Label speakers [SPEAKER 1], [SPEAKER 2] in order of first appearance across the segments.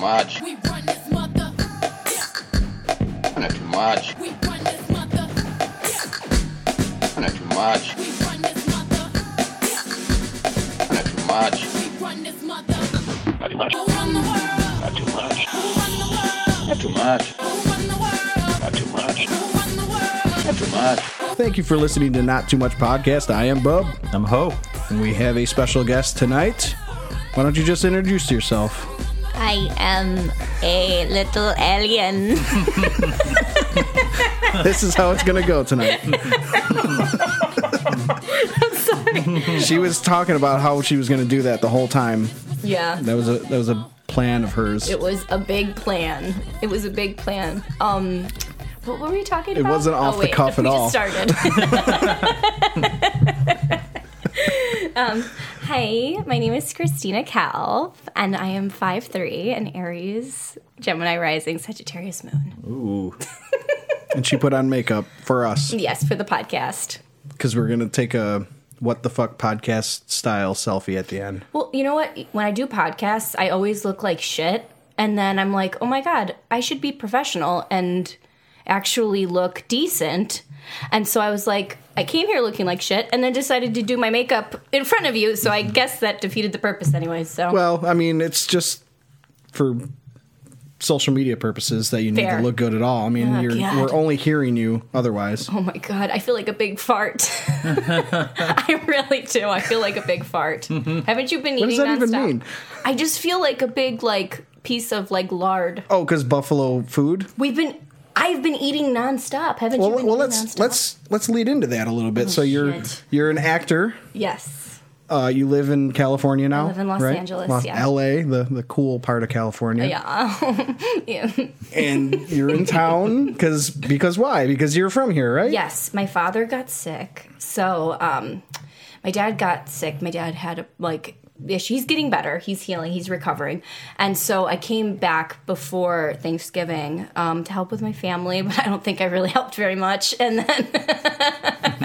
[SPEAKER 1] much.
[SPEAKER 2] We run this mother.
[SPEAKER 1] Not too much.
[SPEAKER 2] We run this mother.
[SPEAKER 1] Not too much.
[SPEAKER 2] We run this mother.
[SPEAKER 1] Not too much.
[SPEAKER 2] We run this mother.
[SPEAKER 1] Not too much.
[SPEAKER 2] Who run the world?
[SPEAKER 1] Not too much.
[SPEAKER 2] Who run the world?
[SPEAKER 1] Not too much.
[SPEAKER 2] Who run the world?
[SPEAKER 1] Not too much.
[SPEAKER 2] Who run the world?
[SPEAKER 1] Not too much.
[SPEAKER 3] Thank you for listening to Not Too Much Podcast. I am Bub,
[SPEAKER 4] I'm Ho.
[SPEAKER 3] and we have a special guest tonight. Why don't you just introduce yourself?
[SPEAKER 5] I am a little alien.
[SPEAKER 3] This is how it's going to go tonight. She was talking about how she was going to do that the whole time.
[SPEAKER 6] Yeah.
[SPEAKER 3] That was a that was a plan of hers.
[SPEAKER 6] It was a big plan. It was a big plan. Um what were we talking about? Oh,
[SPEAKER 3] wasn't off the
[SPEAKER 6] wait,
[SPEAKER 3] cuff at
[SPEAKER 6] we
[SPEAKER 3] all.
[SPEAKER 6] Just started. Um, Hi, my name is Christina Calf, and I am 5'3 and Aries, Gemini rising, Sagittarius moon.
[SPEAKER 4] Ooh.
[SPEAKER 3] And she put on makeup for us
[SPEAKER 6] Yes, for the podcast.
[SPEAKER 3] because we're going to take a what the fuck podcast style selfie at the end.
[SPEAKER 6] Well, you know what? When I do podcasts, I always look like shit. And then I'm like, oh my God, I should be professional and actually look decent. And so I was like, I came here looking like shit and then decided to do my makeup in front of you. So I guess that defeated the purpose anyway. So
[SPEAKER 3] Well, I mean, it's just for social media purposes that you need
[SPEAKER 6] Fair.
[SPEAKER 3] to look good at all. I mean,
[SPEAKER 6] Oh,
[SPEAKER 3] you're,
[SPEAKER 6] God.
[SPEAKER 3] we're only hearing you otherwise.
[SPEAKER 6] Oh my god, I feel like a big fart. I really do. I feel like a big fart. Haven't you been eating
[SPEAKER 3] Mm-hmm. does that even
[SPEAKER 6] nonstop?
[SPEAKER 3] mean?
[SPEAKER 6] I just feel like a big like piece of like lard.
[SPEAKER 3] Oh, because buffalo food.
[SPEAKER 6] We've been I've been eating nonstop. Haven't
[SPEAKER 3] Well,
[SPEAKER 6] you been
[SPEAKER 3] well,
[SPEAKER 6] eating
[SPEAKER 3] let's
[SPEAKER 6] nonstop?
[SPEAKER 3] let's let's lead into that a little bit. so you're
[SPEAKER 6] Oh, shit.
[SPEAKER 3] you're an actor.
[SPEAKER 6] Yes.
[SPEAKER 3] Uh, you live in California now.
[SPEAKER 6] live in Los
[SPEAKER 3] right?
[SPEAKER 6] Angeles,
[SPEAKER 3] Los-
[SPEAKER 6] yeah. Oh,
[SPEAKER 3] L.A., the the cool part of California.
[SPEAKER 6] Yeah. Yeah.
[SPEAKER 3] And you're in town because because why? Because you're from here, right?
[SPEAKER 6] yes, my father got sick. So, um my dad got sick. My dad had a like yeah, he's getting better. He's healing. He's recovering. And so I came back before Thanksgiving um, to help with my family, but I don't think I really helped very much. And then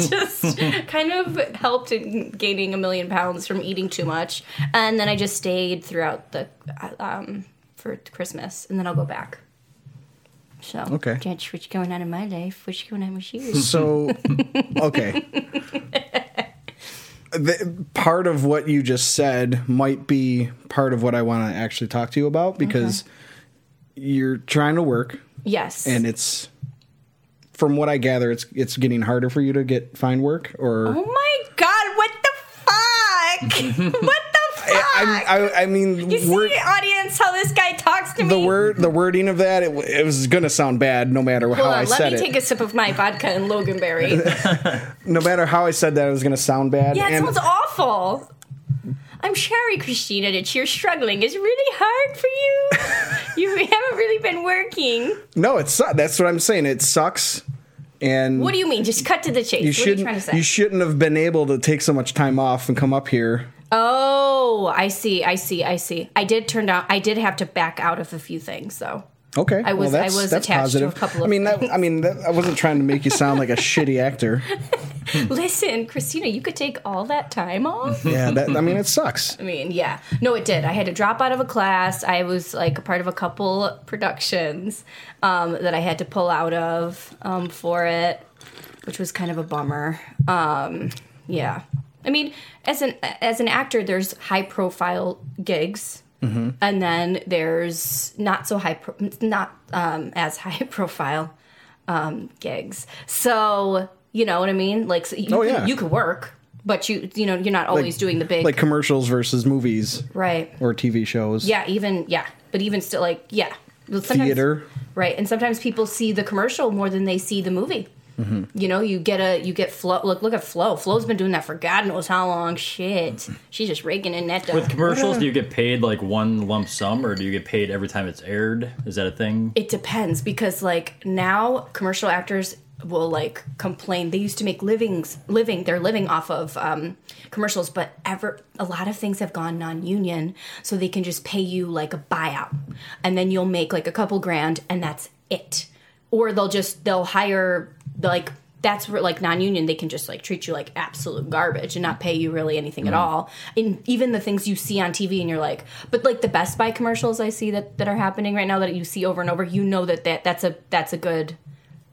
[SPEAKER 6] just kind of helped in gaining a million pounds from eating too much. And then I just stayed throughout the uh, um, for Christmas, and then I'll go back. So
[SPEAKER 3] Okay.
[SPEAKER 6] Judge, what's going on in my life? What's going on with you?
[SPEAKER 3] So, okay. The, part of what you just said might be part of what I want to actually talk to you about because you're trying to work
[SPEAKER 6] yes.
[SPEAKER 3] and it's from what I gather it's it's getting harder for you to get find work or
[SPEAKER 6] oh my god! What the fuck? what the fuck?
[SPEAKER 3] I, I I mean
[SPEAKER 6] you see,
[SPEAKER 3] word-
[SPEAKER 6] audience, how this guy talks to
[SPEAKER 3] the
[SPEAKER 6] me.
[SPEAKER 3] word the wording of that it, w- it was going to sound bad no matter how
[SPEAKER 6] Hold on,
[SPEAKER 3] I
[SPEAKER 6] let
[SPEAKER 3] said
[SPEAKER 6] me
[SPEAKER 3] it.
[SPEAKER 6] take a sip of my vodka and Loganberry.
[SPEAKER 3] no matter how I said that it was going to sound bad.
[SPEAKER 6] Yeah, it
[SPEAKER 3] and-
[SPEAKER 6] sounds awful. I'm sorry, Christina, that you're struggling. It's really hard for you. you haven't really been working.
[SPEAKER 3] no, it's that's what I'm saying. It sucks. And
[SPEAKER 6] What do you mean? Just cut to the chase.
[SPEAKER 3] You
[SPEAKER 6] what are you
[SPEAKER 3] shouldn't.
[SPEAKER 6] trying to say?
[SPEAKER 3] you shouldn't have been able to take so much time off and come up here.
[SPEAKER 6] oh, I see. I see. I see. I did turn down. I did have to back out of a few things, though.
[SPEAKER 3] Okay,
[SPEAKER 6] I was- I was attached to a couple
[SPEAKER 3] I
[SPEAKER 6] of
[SPEAKER 3] mean, that,
[SPEAKER 6] things.
[SPEAKER 3] I mean, that, I wasn't trying to make you sound like a shitty actor.
[SPEAKER 6] Listen, Christina, you could take all that time off.
[SPEAKER 3] Yeah, that, I mean, it sucks.
[SPEAKER 6] I mean, yeah. No, it did. I had to drop out of a class. I was like a part of a couple productions um, that I had to pull out of um, for it, which was kind of a bummer. Um, yeah. I mean, as an as an actor, there's high profile gigs,
[SPEAKER 3] Mm-hmm.
[SPEAKER 6] and then there's not so high, pro- not um, as high profile um, gigs. So you know what I mean? Like, so you,
[SPEAKER 3] Oh,
[SPEAKER 6] could-
[SPEAKER 3] yeah.
[SPEAKER 6] you could work, but you you know you're not always doing the big
[SPEAKER 3] Like commercials versus movies
[SPEAKER 6] Right.
[SPEAKER 3] or TV shows.
[SPEAKER 6] Yeah, even yeah, but even still like yeah. Well, sometimes-
[SPEAKER 3] theater.
[SPEAKER 6] Right. And sometimes people see the commercial more than they see the movie. You know, you get a you get flow look look at Flo. Flo's been doing that for God knows how long. Shit. She's just raking in that dough.
[SPEAKER 4] With commercials, do you get paid like one lump sum or do you get paid every time it's aired? Is that a thing?
[SPEAKER 6] it depends because like now commercial actors will like complain they used to make livings living their living off of um, commercials but ever a lot of things have gone non-union so they can just pay you like a buyout and then you'll make like a couple grand and that's it or they'll just they'll hire like that's where, like non-union they can just like treat you like absolute garbage and not pay you really anything at all and even the things you see on tv and you're like but like the best buy commercials i see that that are happening right now that you see over and over you know that, that that's a that's a good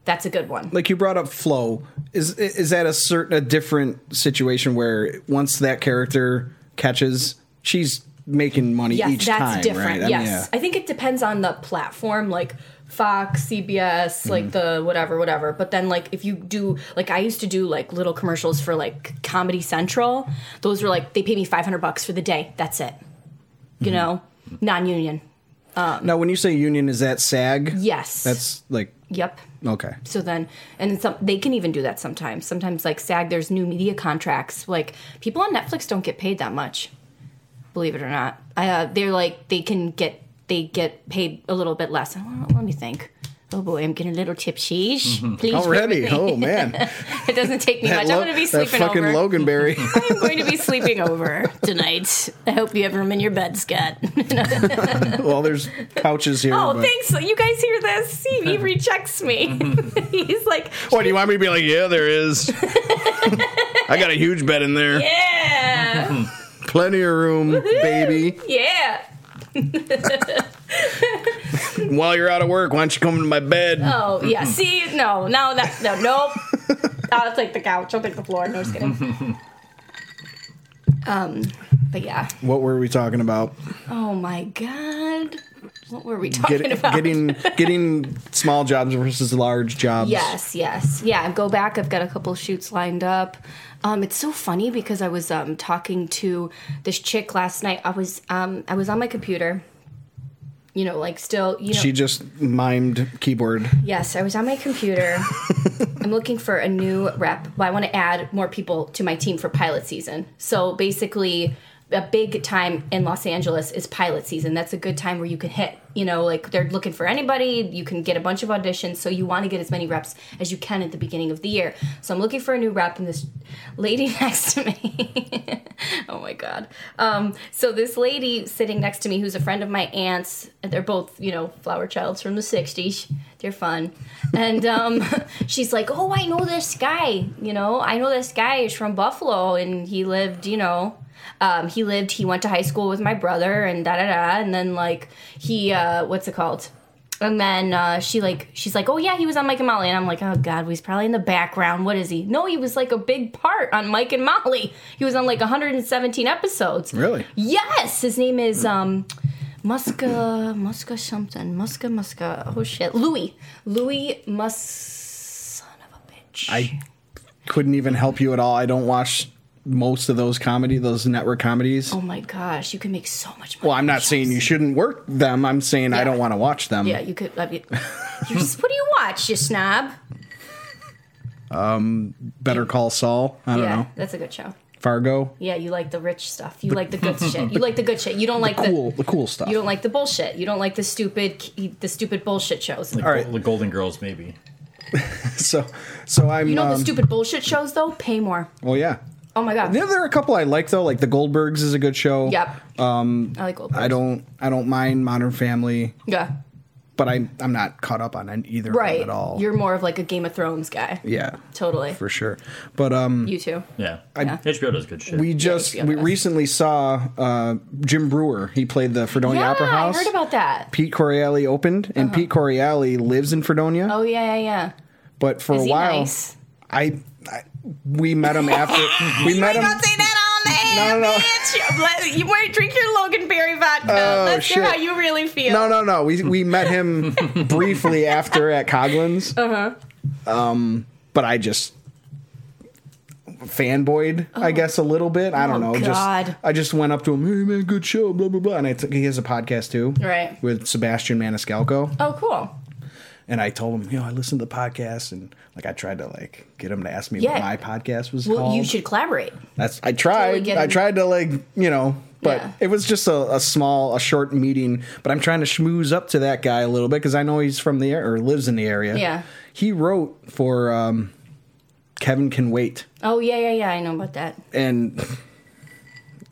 [SPEAKER 6] that's a good one
[SPEAKER 3] like you brought up flow is is that a certain a different situation where once that character catches she's making money
[SPEAKER 6] yes
[SPEAKER 3] each
[SPEAKER 6] that's
[SPEAKER 3] time
[SPEAKER 6] different
[SPEAKER 3] right I mean,
[SPEAKER 6] yes
[SPEAKER 3] yeah.
[SPEAKER 6] i think it depends on the platform like fox cbs
[SPEAKER 3] Mm-hmm.
[SPEAKER 6] like the whatever whatever but then like if you do like i used to do like little commercials for like comedy central those were like they pay me 500 bucks for the day that's it you
[SPEAKER 3] Mm-hmm.
[SPEAKER 6] know non-union
[SPEAKER 3] now when you say union is that sag
[SPEAKER 6] yes
[SPEAKER 3] that's like
[SPEAKER 6] yep
[SPEAKER 3] okay
[SPEAKER 6] so then and some they can even do that sometimes sometimes like sag there's new media contracts like people on netflix don't get paid that much believe it or not uh, they're like they can get they get paid a little bit less Well, let me think oh boy i'm getting a little tipsy please
[SPEAKER 3] Mm-hmm. already oh man
[SPEAKER 6] it doesn't take me much
[SPEAKER 3] That
[SPEAKER 6] i'm
[SPEAKER 3] lo-
[SPEAKER 6] going to be
[SPEAKER 3] that
[SPEAKER 6] sleeping
[SPEAKER 3] fucking
[SPEAKER 6] over
[SPEAKER 3] loganberry
[SPEAKER 6] i'm going to be sleeping over tonight i hope you have room in your bed scott
[SPEAKER 3] well there's couches here
[SPEAKER 6] oh
[SPEAKER 3] but-
[SPEAKER 6] thanks you guys hear this steve he rechecks me
[SPEAKER 3] Mm-hmm.
[SPEAKER 6] he's like
[SPEAKER 7] What do you want me to be like? Yeah, there is. I got a huge bed in there.
[SPEAKER 6] yeah
[SPEAKER 3] plenty of room baby
[SPEAKER 6] Yeah.
[SPEAKER 7] While you're out of work, why don't you come to my bed?
[SPEAKER 6] Oh, yeah. See, no, no, that, no, nope. I'll take the couch. I'll take the floor. No, just kidding. Um, but yeah.
[SPEAKER 3] what were we talking about
[SPEAKER 6] Oh my god. What were we talking
[SPEAKER 3] Get,
[SPEAKER 6] about?
[SPEAKER 3] getting getting small jobs versus large jobs
[SPEAKER 6] Yes, yes. Yeah, go back. I've got a couple shoots lined up. Um, it's so funny because I was um, talking to this chick last night. I was um, I was on my computer. You know, like still, you know,
[SPEAKER 3] she just mimed keyboard
[SPEAKER 6] Yes, I was on my computer. I'm looking for a new rep. Well, I want to add more people to my team for pilot season. So basically, a big time in Los Angeles is pilot season. That's a good time where you can hit. You know, like they're looking for anybody. You can get a bunch of auditions. So you want to get as many reps as you can at the beginning of the year. So I'm looking for a new rep, and this lady next to me. oh my god. Um, so this lady sitting next to me, who's a friend of my aunt's, and they're both you know flower childs from the '60s. They're fun, and um, she's like, "Oh, I know this guy. You know, I know this guy is from Buffalo, and he lived, you know." Um, he lived. He went to high school with my brother, and da da da. And then like he, uh, what's it called? And then uh, she like she's like, oh yeah, he was on Mike and Molly, and I'm like, oh god, he's probably in the background. What is he? No, he was like a big part on Mike and Molly. He was on like 117 episodes.
[SPEAKER 3] Really?
[SPEAKER 6] Yes, his name is um, Muska Muska something Muska Muska. Oh shit, Louis Louis Mus son of a bitch.
[SPEAKER 3] I couldn't even help you at all. I don't watch most of those comedy, those network comedies.
[SPEAKER 6] oh my gosh, you can make so much money.
[SPEAKER 3] well, I'm
[SPEAKER 6] on
[SPEAKER 3] not
[SPEAKER 6] shows.
[SPEAKER 3] saying you shouldn't work them. I'm saying I
[SPEAKER 6] Yeah.
[SPEAKER 3] don't want to watch them.
[SPEAKER 6] Yeah, you could. I mean, you're just, what do you watch, you snob?
[SPEAKER 3] Better Call Saul. I don't
[SPEAKER 6] yeah,
[SPEAKER 3] know.
[SPEAKER 6] that's a good show.
[SPEAKER 3] Fargo.
[SPEAKER 6] Yeah, you like the rich stuff. You like the good shit. You like the good shit. You don't like the
[SPEAKER 3] Cool. The cool stuff.
[SPEAKER 6] You don't like the bullshit. You don't like the stupid e, the stupid bullshit shows.
[SPEAKER 4] Like,
[SPEAKER 3] All right.
[SPEAKER 4] Go- like Golden Girls, maybe.
[SPEAKER 3] so, so I'm.
[SPEAKER 6] You know the
[SPEAKER 3] um,
[SPEAKER 6] stupid bullshit shows though? Pay more.
[SPEAKER 3] well, yeah.
[SPEAKER 6] Oh my god.
[SPEAKER 3] Yeah, there are a couple I like though. Like The Goldbergs is a good show.
[SPEAKER 6] Yep. Um, I like Goldberg.
[SPEAKER 3] I don't. I don't mind Modern Family,
[SPEAKER 6] Yeah.
[SPEAKER 3] but I'm. I'm not caught up on an- either of them
[SPEAKER 6] Right.
[SPEAKER 3] at all.
[SPEAKER 6] You're more of like a Game of Thrones guy.
[SPEAKER 3] yeah.
[SPEAKER 6] Totally.
[SPEAKER 3] For sure. But um,
[SPEAKER 6] You too.
[SPEAKER 4] Yeah.
[SPEAKER 6] Yeah.
[SPEAKER 4] HBO does good shit.
[SPEAKER 3] we just
[SPEAKER 6] HBO
[SPEAKER 3] we
[SPEAKER 6] does.
[SPEAKER 3] recently saw uh, Jim Brewer. He played the Fredonia
[SPEAKER 6] yeah,
[SPEAKER 3] Oh, Opera House.
[SPEAKER 6] I heard about Uh-huh. that.
[SPEAKER 3] Pete Correale opened, and Pete Correale lives in Fredonia.
[SPEAKER 6] Oh yeah, yeah, yeah.
[SPEAKER 3] But for
[SPEAKER 6] Is
[SPEAKER 3] a
[SPEAKER 6] he
[SPEAKER 3] while,
[SPEAKER 6] nice?
[SPEAKER 3] I, I we met him after we met him.
[SPEAKER 2] Say that
[SPEAKER 3] No, no, no.
[SPEAKER 6] Bitch, you wait, drink your Loganberry vodka.
[SPEAKER 3] Oh,
[SPEAKER 6] Let's hear how
[SPEAKER 3] shit.
[SPEAKER 6] you really feel.
[SPEAKER 3] No, no, no. We we met him briefly after at Coglin's. Uh huh.
[SPEAKER 6] Uh-huh.
[SPEAKER 3] Um, but I just fanboyed, I guess, a little bit. I don't
[SPEAKER 6] Oh,
[SPEAKER 3] know.
[SPEAKER 6] God.
[SPEAKER 3] Just I just went up to him. Hey man, good show. Blah blah blah. And I took, he has a podcast too,
[SPEAKER 6] Right.
[SPEAKER 3] With Sebastian Maniscalco.
[SPEAKER 6] Oh cool.
[SPEAKER 3] and I told him, you know, I listened to the podcast, and like I tried to like get him to ask me
[SPEAKER 6] Yeah.
[SPEAKER 3] what my podcast was
[SPEAKER 6] Well,
[SPEAKER 3] called.
[SPEAKER 6] you should collaborate.
[SPEAKER 3] That's I tried.
[SPEAKER 6] get
[SPEAKER 3] I
[SPEAKER 6] him.
[SPEAKER 3] tried to like you know, but
[SPEAKER 6] Yeah.
[SPEAKER 3] it was just a, a small, a short meeting. But I'm trying to schmooze up to that guy a little bit because I know he's from the air or lives in the area.
[SPEAKER 6] Yeah.
[SPEAKER 3] he wrote for um, Kevin Can Wait,
[SPEAKER 6] Oh yeah, yeah, yeah. I know about that.
[SPEAKER 3] and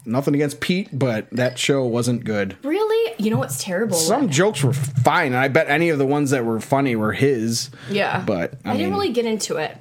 [SPEAKER 3] nothing against Pete, but that show wasn't good.
[SPEAKER 6] Really? You know what's terrible?
[SPEAKER 3] Some jokes were fine, and I bet any of the ones that were funny were his.
[SPEAKER 6] Yeah.
[SPEAKER 3] but I,
[SPEAKER 6] I, didn't
[SPEAKER 3] mean,
[SPEAKER 6] really get into it.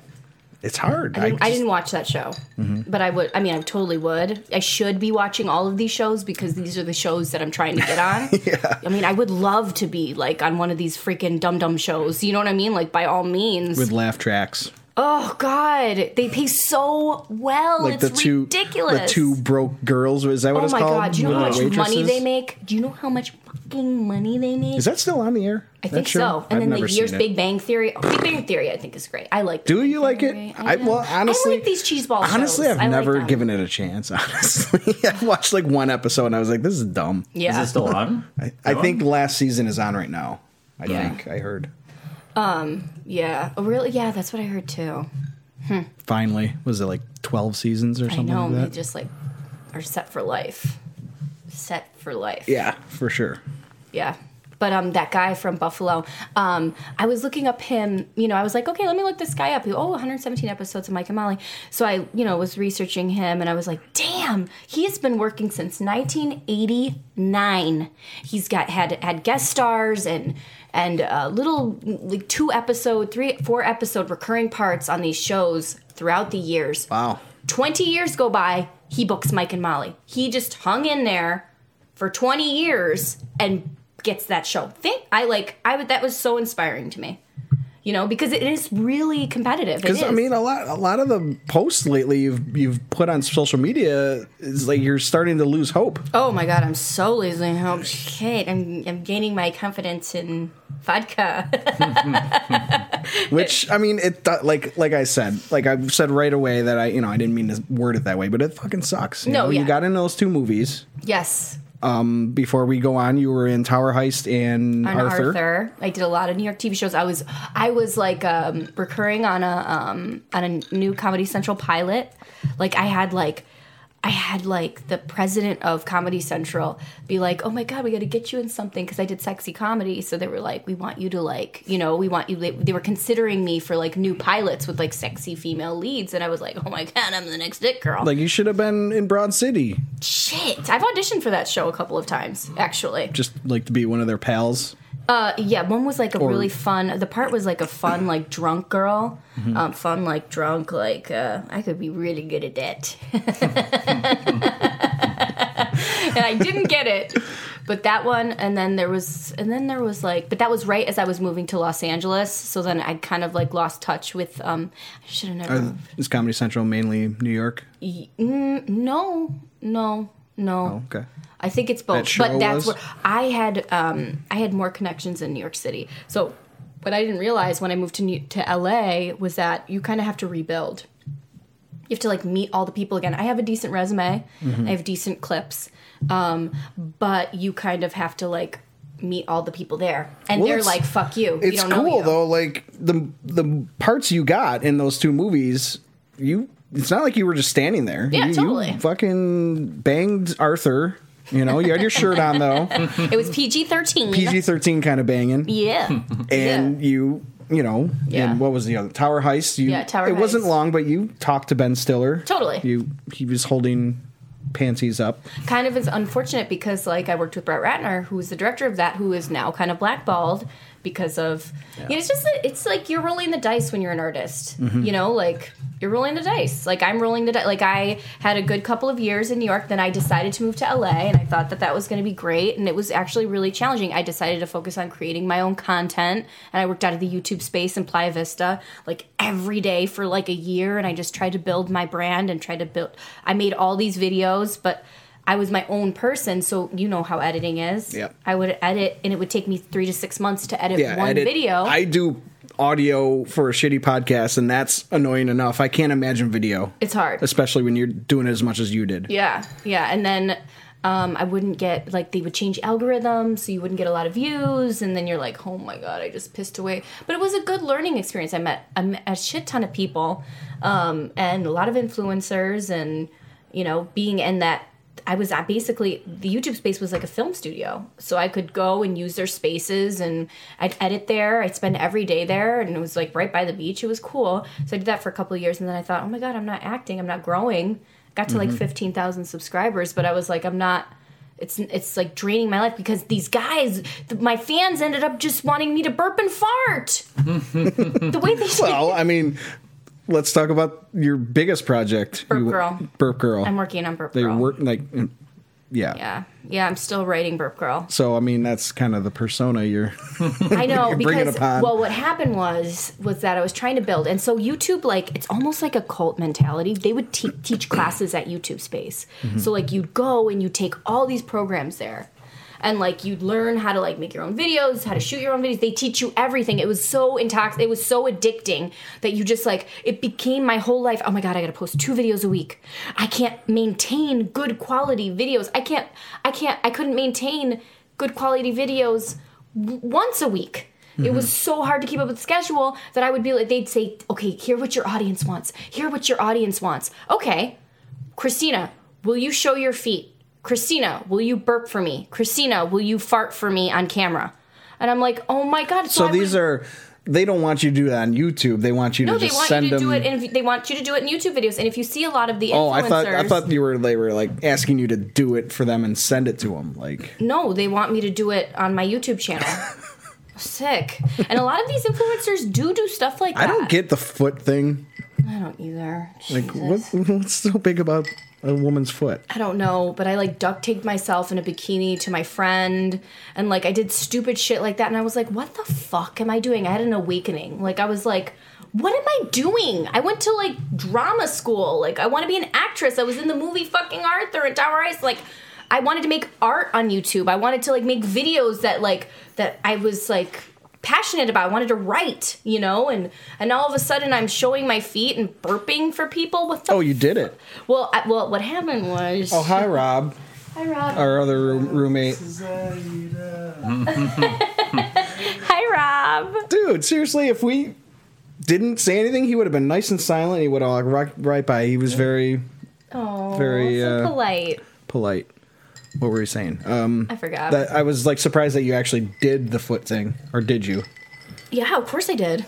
[SPEAKER 3] It's hard.
[SPEAKER 6] I,
[SPEAKER 3] just-
[SPEAKER 6] didn't watch that show,
[SPEAKER 3] Mm-hmm.
[SPEAKER 6] but I would. I mean, I totally would. I should be watching all of these shows because these are the shows that I'm trying to get on. I mean, I would love to be like on one of these freaking dum dum shows. You know what I mean? Like by all means.
[SPEAKER 3] with laugh tracks.
[SPEAKER 6] oh God, they pay so well.
[SPEAKER 3] Like
[SPEAKER 6] it's
[SPEAKER 3] the two
[SPEAKER 6] ridiculous.
[SPEAKER 3] the two broke girls. Is that
[SPEAKER 6] Oh
[SPEAKER 3] what it's
[SPEAKER 6] my
[SPEAKER 3] called?
[SPEAKER 6] God! Do you know
[SPEAKER 3] With
[SPEAKER 6] how much
[SPEAKER 3] the
[SPEAKER 6] money
[SPEAKER 3] waitresses?
[SPEAKER 6] they make? Do you know how much fucking money they make?
[SPEAKER 3] Is that still on the air?
[SPEAKER 6] I think so. And then the year's Big Bang Theory. Oh, Big Bang Theory, I think is great. I like.
[SPEAKER 3] Do
[SPEAKER 6] Big
[SPEAKER 3] you
[SPEAKER 6] Bang
[SPEAKER 3] like it?
[SPEAKER 6] Theory.
[SPEAKER 3] I,
[SPEAKER 6] do.
[SPEAKER 3] well, honestly,
[SPEAKER 6] I like these cheese balls.
[SPEAKER 3] Honestly, I've never given it a chance. Honestly, I watched like one episode and I was like, "This is dumb."
[SPEAKER 4] Is
[SPEAKER 6] Yeah.
[SPEAKER 4] it still on?
[SPEAKER 3] I, I think last season is on right now. I
[SPEAKER 4] Yeah.
[SPEAKER 3] think I heard.
[SPEAKER 6] Yeah. Oh, really? Yeah, that's what I heard too.
[SPEAKER 3] Finally, was it like twelve seasons or
[SPEAKER 6] I
[SPEAKER 3] something
[SPEAKER 6] know.
[SPEAKER 3] like that?
[SPEAKER 6] they just like are set for life. Set for life.
[SPEAKER 3] yeah, for sure.
[SPEAKER 6] Yeah. But um, that guy from Buffalo, um, I was looking up him. You know, I was like, okay, let me look this guy up. He, oh, 117 episodes of Mike and Molly. So I, you know, was researching him, and I was like, damn, he has been working since 1989. He's got had had guest stars and and uh, little like two episode, three, four episode recurring parts on these shows throughout the years.
[SPEAKER 3] Wow.
[SPEAKER 6] 20 years go by, he books Mike and Molly. He just hung in there for 20 years and gets that show. Think I like I would that was so inspiring to me. You know, because it is really competitive. It
[SPEAKER 3] Because I
[SPEAKER 6] is.
[SPEAKER 3] mean, a lot, a lot of the posts lately you've you've put on social media is like you're starting to lose hope.
[SPEAKER 6] oh my god, I'm so lazy. Oh shit, I'm I'm gaining my confidence in vodka.
[SPEAKER 3] Which I mean, it do- like like I said, like I said right away that I you know I didn't mean to word it that way, but it fucking sucks. You
[SPEAKER 6] No,
[SPEAKER 3] know? you
[SPEAKER 6] yeah.
[SPEAKER 3] got into those two movies.
[SPEAKER 6] yes,
[SPEAKER 3] Before we go on, you were in Tower Heist and
[SPEAKER 6] on Arthur.
[SPEAKER 3] Arthur.
[SPEAKER 6] I did a lot of New York TV shows. I was I was like um, recurring on a um, on a new Comedy Central pilot. Like I had like I had like the president of Comedy Central be like, "Oh my god, we got to get you in something because I did sexy comedy." So they were like, "We want you to like, you know, we want you." They, they were considering me for like new pilots with like sexy female leads, and I was like, "Oh my god, I'm the next Dick Girl."
[SPEAKER 3] Like you should have been in Broad City,
[SPEAKER 6] Shit, I've auditioned for that show a couple of times actually.
[SPEAKER 3] just like to be one of their pals.
[SPEAKER 6] Yeah, one was like a really fun. The part was like a fun, like drunk girl, um, fun, like drunk. Like uh, I could be really good at that, and I didn't get it. But that one, and then there was, and then there was like, but that was right as I was moving to Los Angeles. So then I kind of like lost touch with. Um, I should have never.
[SPEAKER 3] Is Comedy Central mainly New York?
[SPEAKER 6] mm, no, no, no.
[SPEAKER 3] Okay.
[SPEAKER 6] I think it's both.
[SPEAKER 3] That show
[SPEAKER 6] but that's
[SPEAKER 3] was? Mm.
[SPEAKER 6] where I had um, I had more connections in New York City. So what I didn't realize when I moved to New- to LA was that you kind of have to rebuild. You have to like meet all the people again. I have a decent resume.
[SPEAKER 3] Mm-hmm.
[SPEAKER 6] I have decent clips, um, but you kind of have to like meet all the people there, and
[SPEAKER 3] Well,
[SPEAKER 6] they're
[SPEAKER 3] it's-
[SPEAKER 6] like, "Fuck you." we
[SPEAKER 3] It's
[SPEAKER 6] don't know
[SPEAKER 3] cool
[SPEAKER 6] you.
[SPEAKER 3] though. Like the the parts you got in those two movies, you it's not like you were just standing there.
[SPEAKER 6] Yeah,
[SPEAKER 3] You- you
[SPEAKER 6] totally.
[SPEAKER 3] fucking banged Arthur. You know, you had your shirt on though,
[SPEAKER 6] It was PG thirteen.
[SPEAKER 3] PG thirteen kind of banging,
[SPEAKER 6] yeah.
[SPEAKER 3] and you. You know,
[SPEAKER 6] Yeah.
[SPEAKER 3] and what was the other Tower Heist? You,
[SPEAKER 6] Yeah, Tower
[SPEAKER 3] It wasn't
[SPEAKER 6] Heist.
[SPEAKER 3] long, but you talked to Ben Stiller.
[SPEAKER 6] Totally.
[SPEAKER 3] You he was holding panties up.
[SPEAKER 6] kind of is unfortunate because like I worked with Brett Ratner, who was the director of that, who is now kind of blackballed because of you know, it's just that- it's like you're rolling the dice when you're an artist. You know, like you're rolling the dice. Like I'm rolling the dice. Like I had a good couple of years in New York, then I decided to move to LA, and I thought that that was going to be great, and it was actually really challenging. I decided to focus on creating my own content, and I worked out of the YouTube space in Playa Vista like every day for like a year, and I just tried to build my brand and tried to build. I made all these videos, but I was my own person, so you know how editing is.
[SPEAKER 3] Yep.
[SPEAKER 6] I would edit, and it would take me three to six months to edit
[SPEAKER 3] yeah,
[SPEAKER 6] one
[SPEAKER 3] edit.
[SPEAKER 6] video.
[SPEAKER 3] I do audio for a shitty podcast, and that's annoying enough. I can't imagine video.
[SPEAKER 6] it's hard.
[SPEAKER 3] especially when you're doing it as much as you did.
[SPEAKER 6] Yeah, yeah, and then um, I wouldn't get like they would change algorithms, so you wouldn't get a lot of views, and then you're like, oh my god, I just pissed away. But it was a good learning experience. I met, I met a shit ton of people, um, and a lot of influencers, and you know, being in that. I was at basically the YouTube space was like a film studio, so I could go and use their spaces, and I'd edit there. I'd spend every day there, and it was like right by the beach. It was cool, so I did that for a couple of years, and then I thought, oh my god, I'm not acting, I'm not growing got to like 15,000 subscribers, but I was like, I'm not. It's it's like draining my life because these guys, th- my fans, ended up just wanting me to burp and fart. the way they
[SPEAKER 3] Well, I mean, let's talk about your biggest project.
[SPEAKER 6] Burp
[SPEAKER 3] you,
[SPEAKER 6] Girl.
[SPEAKER 3] Burp Girl.
[SPEAKER 6] I'm working on Burp
[SPEAKER 3] They
[SPEAKER 6] Girl.
[SPEAKER 3] work like, mm, yeah.
[SPEAKER 6] Yeah, yeah. I'm still writing Burp Girl.
[SPEAKER 3] So I mean, that's kind of the persona you're.
[SPEAKER 6] I know
[SPEAKER 3] Bring it
[SPEAKER 6] because
[SPEAKER 3] upon.
[SPEAKER 6] well, what happened was was that I was trying to build, and so YouTube like it's almost like a cult mentality. They would te- teach classes at YouTube Space, so like you'd go and you take all these programs there, and like you'd learn how to like make your own videos, how to shoot your own videos. They teach you everything. It was so intox, it was so addicting that you just like it became my whole life. Oh my god, I gotta post two videos a week. I can't maintain good quality videos. I can't. I can't. I couldn't maintain good quality videos once a week. It was so hard to keep up with the schedule that I would be like, they'd say, okay, hear what your audience wants. Hear what your audience wants. Okay, Christina, will you show your feet? Christina, will you burp for me? Christina, will you fart for me on camera? And I'm like, oh my God.
[SPEAKER 3] So
[SPEAKER 6] I
[SPEAKER 3] these
[SPEAKER 6] would-
[SPEAKER 3] are. They don't want you to do that on YouTube. They want you
[SPEAKER 6] No,
[SPEAKER 3] to
[SPEAKER 6] they
[SPEAKER 3] just
[SPEAKER 6] want
[SPEAKER 3] send
[SPEAKER 6] you to
[SPEAKER 3] them.
[SPEAKER 6] do it, and they want you to do it in YouTube videos. And if you see a lot of the influencers,
[SPEAKER 3] oh, I thought I thought you were they were like asking you to do it for them and send it to them. Like
[SPEAKER 6] no, they want me to do it on my YouTube channel. Sick. And a lot of these influencers do do stuff like that.
[SPEAKER 3] I don't get the foot thing.
[SPEAKER 6] I don't either.
[SPEAKER 3] Like
[SPEAKER 6] Jesus.
[SPEAKER 3] what, what's so big about a woman's foot?
[SPEAKER 6] I don't know, but I like duct taped myself in a bikini to my friend and like I did stupid shit like that and I was like, what the fuck am I doing? I had an awakening. Like I was like, what am I doing? I went to like drama school. Like I want to be an actress. I was in the movie fucking Arthur and Tower Ice. Like I wanted to make art on YouTube. I wanted to like make videos that like that I was like passionate about. I wanted to write, you know, and and all of a sudden I'm showing my feet and burping for people. What the
[SPEAKER 3] Oh, you did it.
[SPEAKER 6] well, I, well, what happened was.
[SPEAKER 3] Oh, hi, Rob,
[SPEAKER 6] Hi, Rob.
[SPEAKER 3] our other room, roommate.
[SPEAKER 6] Hi, Rob.
[SPEAKER 3] Dude, seriously, if we didn't say anything, he would have been nice and silent. He would have walked right, right by. He was very
[SPEAKER 6] Oh,
[SPEAKER 3] Very,
[SPEAKER 6] so
[SPEAKER 3] uh,
[SPEAKER 6] polite.
[SPEAKER 3] polite. What were you saying? Um,
[SPEAKER 6] I forgot.
[SPEAKER 3] that I was like surprised that you actually did the foot thing, or did you?
[SPEAKER 6] yeah, of course I did.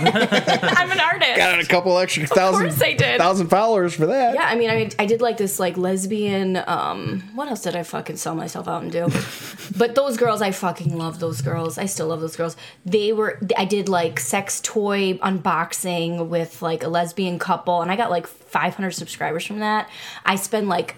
[SPEAKER 6] I'm an artist.
[SPEAKER 3] Got a couple extra thousand,
[SPEAKER 6] course I did.
[SPEAKER 3] thousand followers for that.
[SPEAKER 6] Yeah, I mean, I, I did like this like lesbian. Um, what else did I fucking sell myself out and do? but those girls, I fucking love those girls. I still love those girls. They were. I did like sex toy unboxing with like a lesbian couple, and I got like 500 subscribers from that. I spend like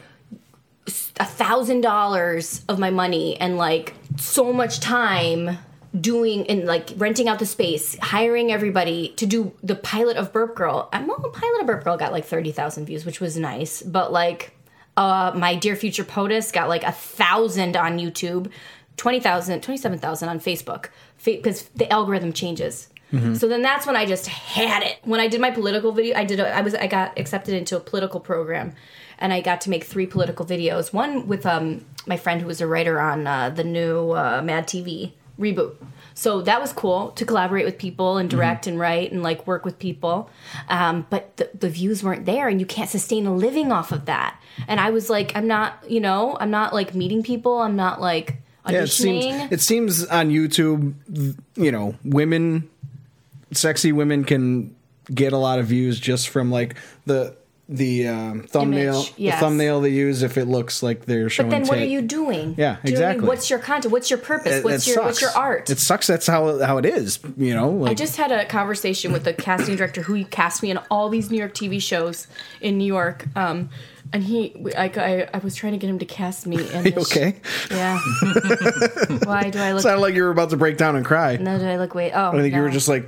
[SPEAKER 6] a thousand dollars of my money and like so much time doing and like renting out the space, hiring everybody to do the pilot of Burp Girl. I'm well, the pilot of Burp Girl got like thirty thousand views, which was nice, but like uh, my dear future POTUS got like a thousand on YouTube, 20,000, 27,000 on Facebook because the algorithm changes.
[SPEAKER 3] Mm-hmm.
[SPEAKER 6] So then that's when I just had it. When I did my political video, I did a, I was I got accepted into a political program and I got to make three political videos. One with um my friend who was a writer on uh, the new uh, Mad TV reboot. So that was cool to collaborate with people and
[SPEAKER 3] Mm-hmm.
[SPEAKER 6] direct and write and like work with people. Um, but the, the views weren't there and you can't sustain a living off of that. And I was like, I'm not, you know, I'm not like meeting people. I'm not like auditioning.
[SPEAKER 3] Yeah, it seems it seems on YouTube, th- you know, women, sexy women can get a lot of views just from like the the um, thumbnail,
[SPEAKER 6] Image, yes.
[SPEAKER 3] the thumbnail they use if it looks like they're showing.
[SPEAKER 6] but then what are
[SPEAKER 3] tit.
[SPEAKER 6] you doing?
[SPEAKER 3] Yeah,
[SPEAKER 6] Do you know what I mean?
[SPEAKER 3] exactly.
[SPEAKER 6] What's your content? What's your purpose?
[SPEAKER 3] It-
[SPEAKER 6] what's
[SPEAKER 3] it
[SPEAKER 6] your what's your
[SPEAKER 3] sucks.
[SPEAKER 6] art?
[SPEAKER 3] It sucks. That's how how it is. You know, like
[SPEAKER 6] I just had a conversation with the casting director who cast me in all these New York TV shows in New York. Um, and he, I, I, I was trying to get him to cast me. In
[SPEAKER 3] you
[SPEAKER 6] this-
[SPEAKER 3] okay.
[SPEAKER 6] Yeah. Why do I look?
[SPEAKER 3] Sounded like you were about to break down and cry.
[SPEAKER 6] No, do I look? Wait. Oh,
[SPEAKER 3] I think you were
[SPEAKER 6] no.
[SPEAKER 3] just like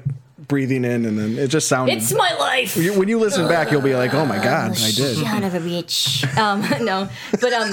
[SPEAKER 3] breathing in, and then it just sounded.
[SPEAKER 6] It's Uh, my life.
[SPEAKER 3] You- when you listen back, you'll be like, "Oh my god, I did."
[SPEAKER 5] Son of a bitch.
[SPEAKER 6] Um, no, but um,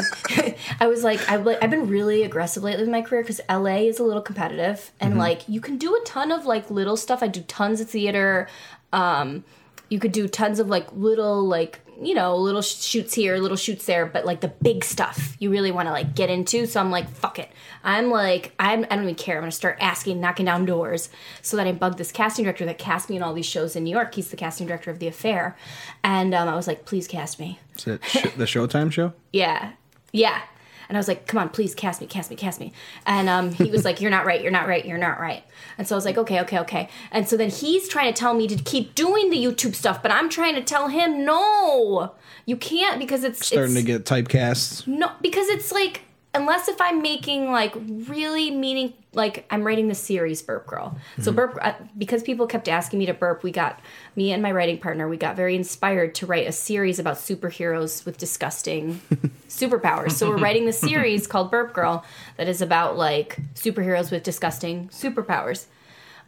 [SPEAKER 6] I was like, I've, like, I've been really aggressive lately in my career because LA is a little competitive, and like you can do a ton of like little stuff. I do tons of theater. Um, you could do tons of like little like you know little sh- shoots here, little shoots there, but like the big stuff you really want to like get into. So I'm like, fuck it. I'm like, I'm I don't even care. I'm gonna start asking, knocking down doors, so that I bug this casting director that cast me in all these shows in New York. He's the casting director of The Affair, and um, I was like, please cast me.
[SPEAKER 3] Is it sh- the Showtime show?
[SPEAKER 6] Yeah. Yeah. And I was like, come on, please cast me, cast me, cast me. And um, he was like, you're not right, you're not right, you're not right. And so I was like, okay, okay, okay. And so then he's trying to tell me to keep doing the YouTube stuff, but I'm trying to tell him, no, you can't because it's
[SPEAKER 3] Starting
[SPEAKER 6] it's,
[SPEAKER 3] to get typecast.
[SPEAKER 6] no, because it's like unless if I'm making like really meaning, like I'm writing the series Burp Girl. So Burp, uh, because people kept asking me to burp, we got me and my writing partner. We got very inspired to write a series about superheroes with disgusting superpowers. So we're writing the series called Burp Girl that is about like superheroes with disgusting superpowers.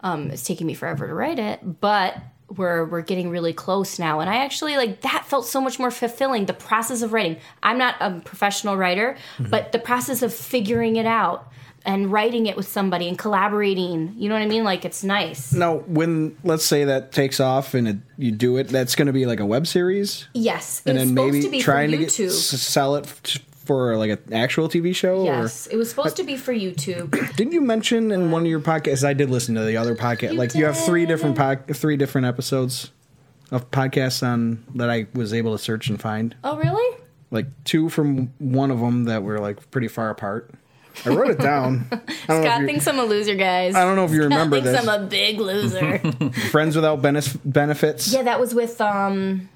[SPEAKER 6] Um, it's taking me forever to write it, but we're we're getting really close now. And I actually like that felt so much more fulfilling. The process of writing. I'm not a professional writer,
[SPEAKER 3] Mm-hmm.
[SPEAKER 6] but the process of figuring it out and writing it with somebody and collaborating. You know what I mean? Like it's nice.
[SPEAKER 3] Now, when let's say that takes off and it, you do it, that's going to be like a web series,
[SPEAKER 6] Yes,
[SPEAKER 3] and
[SPEAKER 6] it was
[SPEAKER 3] then
[SPEAKER 6] supposed
[SPEAKER 3] maybe
[SPEAKER 6] to be
[SPEAKER 3] trying
[SPEAKER 6] for
[SPEAKER 3] to get,
[SPEAKER 6] YouTube.
[SPEAKER 3] s- sell it f- for like an actual TV show.
[SPEAKER 6] yes, it was supposed to be for YouTube.
[SPEAKER 3] Or didn't you mention in one of your podcasts? I did listen to the other podcast.
[SPEAKER 6] You
[SPEAKER 3] like you have three
[SPEAKER 6] did.
[SPEAKER 3] different pod, three different episodes of podcasts on that I was able to search and find.
[SPEAKER 6] Oh, really?
[SPEAKER 3] Like two from one of them that were like pretty far apart. I wrote it down. I don't know if
[SPEAKER 6] Scott
[SPEAKER 3] you-
[SPEAKER 6] thinks I'm a loser, guys.
[SPEAKER 3] I don't know if you remember
[SPEAKER 6] thinks
[SPEAKER 3] this.
[SPEAKER 6] I'm a big loser.
[SPEAKER 3] Friends without benef- benefits,
[SPEAKER 6] yeah, that was with um.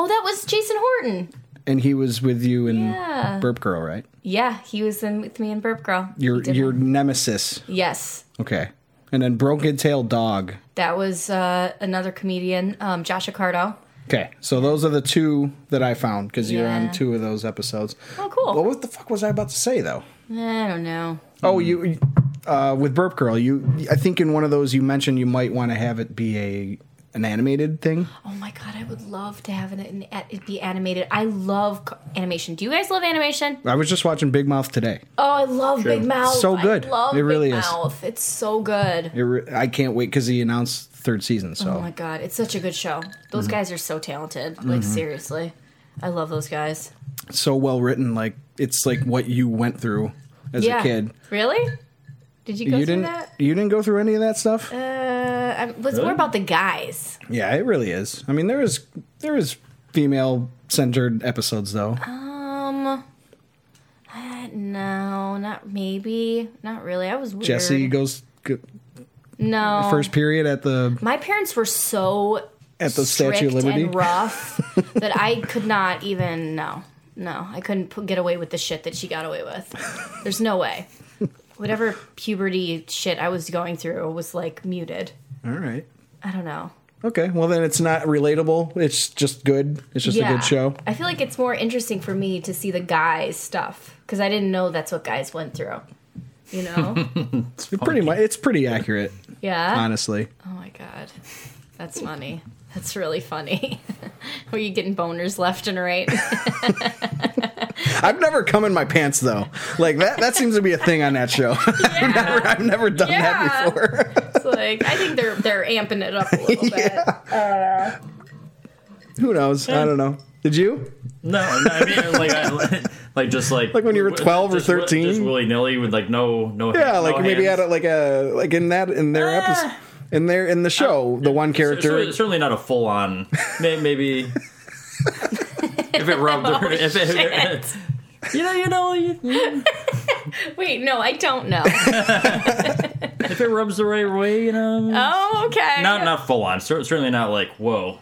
[SPEAKER 6] Oh, that was Jason Horton.
[SPEAKER 3] and he was with you in
[SPEAKER 6] Yeah.
[SPEAKER 3] Burp Girl, right?
[SPEAKER 6] Yeah, he was in with me in Burp Girl. He
[SPEAKER 3] Your
[SPEAKER 6] did
[SPEAKER 3] your
[SPEAKER 6] one.
[SPEAKER 3] nemesis.
[SPEAKER 6] yes.
[SPEAKER 3] Okay, and then Broken Tail Dog.
[SPEAKER 6] That was uh, another comedian, um, Josh Accardo.
[SPEAKER 3] Okay, so those are the two that I found because you're
[SPEAKER 6] Yeah.
[SPEAKER 3] on two of those episodes.
[SPEAKER 6] Oh, cool.
[SPEAKER 3] Well, what the fuck was I about to say though?
[SPEAKER 6] I don't know.
[SPEAKER 3] Oh, you uh, with Burp Girl, you I think in one of those you mentioned you might want to have it be a an animated thing.
[SPEAKER 6] Oh my god, I would love to have it, in, it be animated. I love co- animation. Do you guys love animation?
[SPEAKER 3] I was just watching Big Mouth today.
[SPEAKER 6] Oh, I love Big Mouth.
[SPEAKER 3] So good.
[SPEAKER 6] I love
[SPEAKER 3] It really
[SPEAKER 6] Big
[SPEAKER 3] is. Oh.
[SPEAKER 6] Mouth. It's so good.
[SPEAKER 3] It re- I can't wait because he announced third season. So
[SPEAKER 6] Oh my god, it's such a good show.
[SPEAKER 3] Mm-hmm.
[SPEAKER 6] Those guys are so talented. Like seriously, I love those guys.
[SPEAKER 3] so well written. Like it's like what you went through as
[SPEAKER 6] Yeah.
[SPEAKER 3] a kid.
[SPEAKER 6] Really? Did you go
[SPEAKER 3] you
[SPEAKER 6] through
[SPEAKER 3] didn't.
[SPEAKER 6] that?
[SPEAKER 3] You didn't go through any of that stuff.
[SPEAKER 6] Uh, I'm- it's more about the guys.
[SPEAKER 3] yeah, it really is. I mean, there is there is female centered episodes though.
[SPEAKER 6] Um, I, no, not maybe, not really. I was weird.
[SPEAKER 3] Jesse goes g-
[SPEAKER 6] no
[SPEAKER 3] first period at the
[SPEAKER 6] My parents were so
[SPEAKER 3] at the Statue of
[SPEAKER 6] strict
[SPEAKER 3] Liberty.
[SPEAKER 6] and rough that I could not even no, no, I couldn't put, get away with the shit that she got away with. There's no way. Whatever puberty shit I was going through was like muted.
[SPEAKER 3] All right.
[SPEAKER 6] I don't know.
[SPEAKER 3] Okay. Well, then it's not relatable. It's just good. It's just a good show.
[SPEAKER 6] I feel like it's more interesting for me to see the guys stuff because I didn't know that's what guys went through. You know?
[SPEAKER 3] It's pretty much. It's pretty accurate,
[SPEAKER 6] yeah.
[SPEAKER 3] honestly.
[SPEAKER 6] Oh my god, that's funny. That's really funny. Were you getting boners left and right?
[SPEAKER 3] I've never come in my pants though. Like that. That seems to be a thing on that show. I've never. I've never done
[SPEAKER 6] Yeah.
[SPEAKER 3] that before.
[SPEAKER 6] It's like I think they're they're amping it up a little bit.
[SPEAKER 3] Who knows? I don't know. Did you?
[SPEAKER 4] No, no, I mean like, I, like just like
[SPEAKER 3] Like when you were 12 or
[SPEAKER 4] just wi-
[SPEAKER 3] 13?
[SPEAKER 4] just willy nilly with like no no.
[SPEAKER 3] Yeah, like
[SPEAKER 4] no
[SPEAKER 3] maybe
[SPEAKER 4] hands.
[SPEAKER 3] at a, like a like in that in
[SPEAKER 6] Uh.
[SPEAKER 3] their episode in their in the show the one
[SPEAKER 4] Cer- cer-
[SPEAKER 3] character.
[SPEAKER 4] certainly not a full on. Maybe if it rubbed,
[SPEAKER 6] Oh,
[SPEAKER 4] or if it, you know, you know, you,
[SPEAKER 6] Wait, no, I don't know.
[SPEAKER 4] if it rubs the right way, you know,
[SPEAKER 6] Oh, okay.
[SPEAKER 4] not not full on. Cer- certainly not like whoa,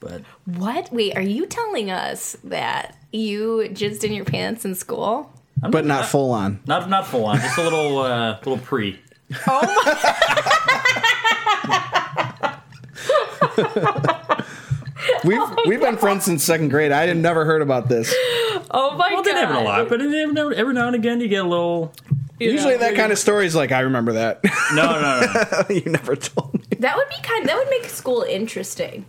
[SPEAKER 4] but
[SPEAKER 6] What? Wait, are you telling us that you jizzed in your pants in school?
[SPEAKER 3] But not full on.
[SPEAKER 4] not not full on. Just a little uh, little pre.
[SPEAKER 3] We've we've been friends since second grade. I had never heard about this.
[SPEAKER 6] Oh my
[SPEAKER 4] Well,
[SPEAKER 6] god!
[SPEAKER 4] didn't happen a lot, but it, every, every now and again you get a little.
[SPEAKER 3] Usually that kind of story is like I remember that.
[SPEAKER 4] No, no, no. no.
[SPEAKER 3] you never told me.
[SPEAKER 6] That would be kind. That would make school interesting.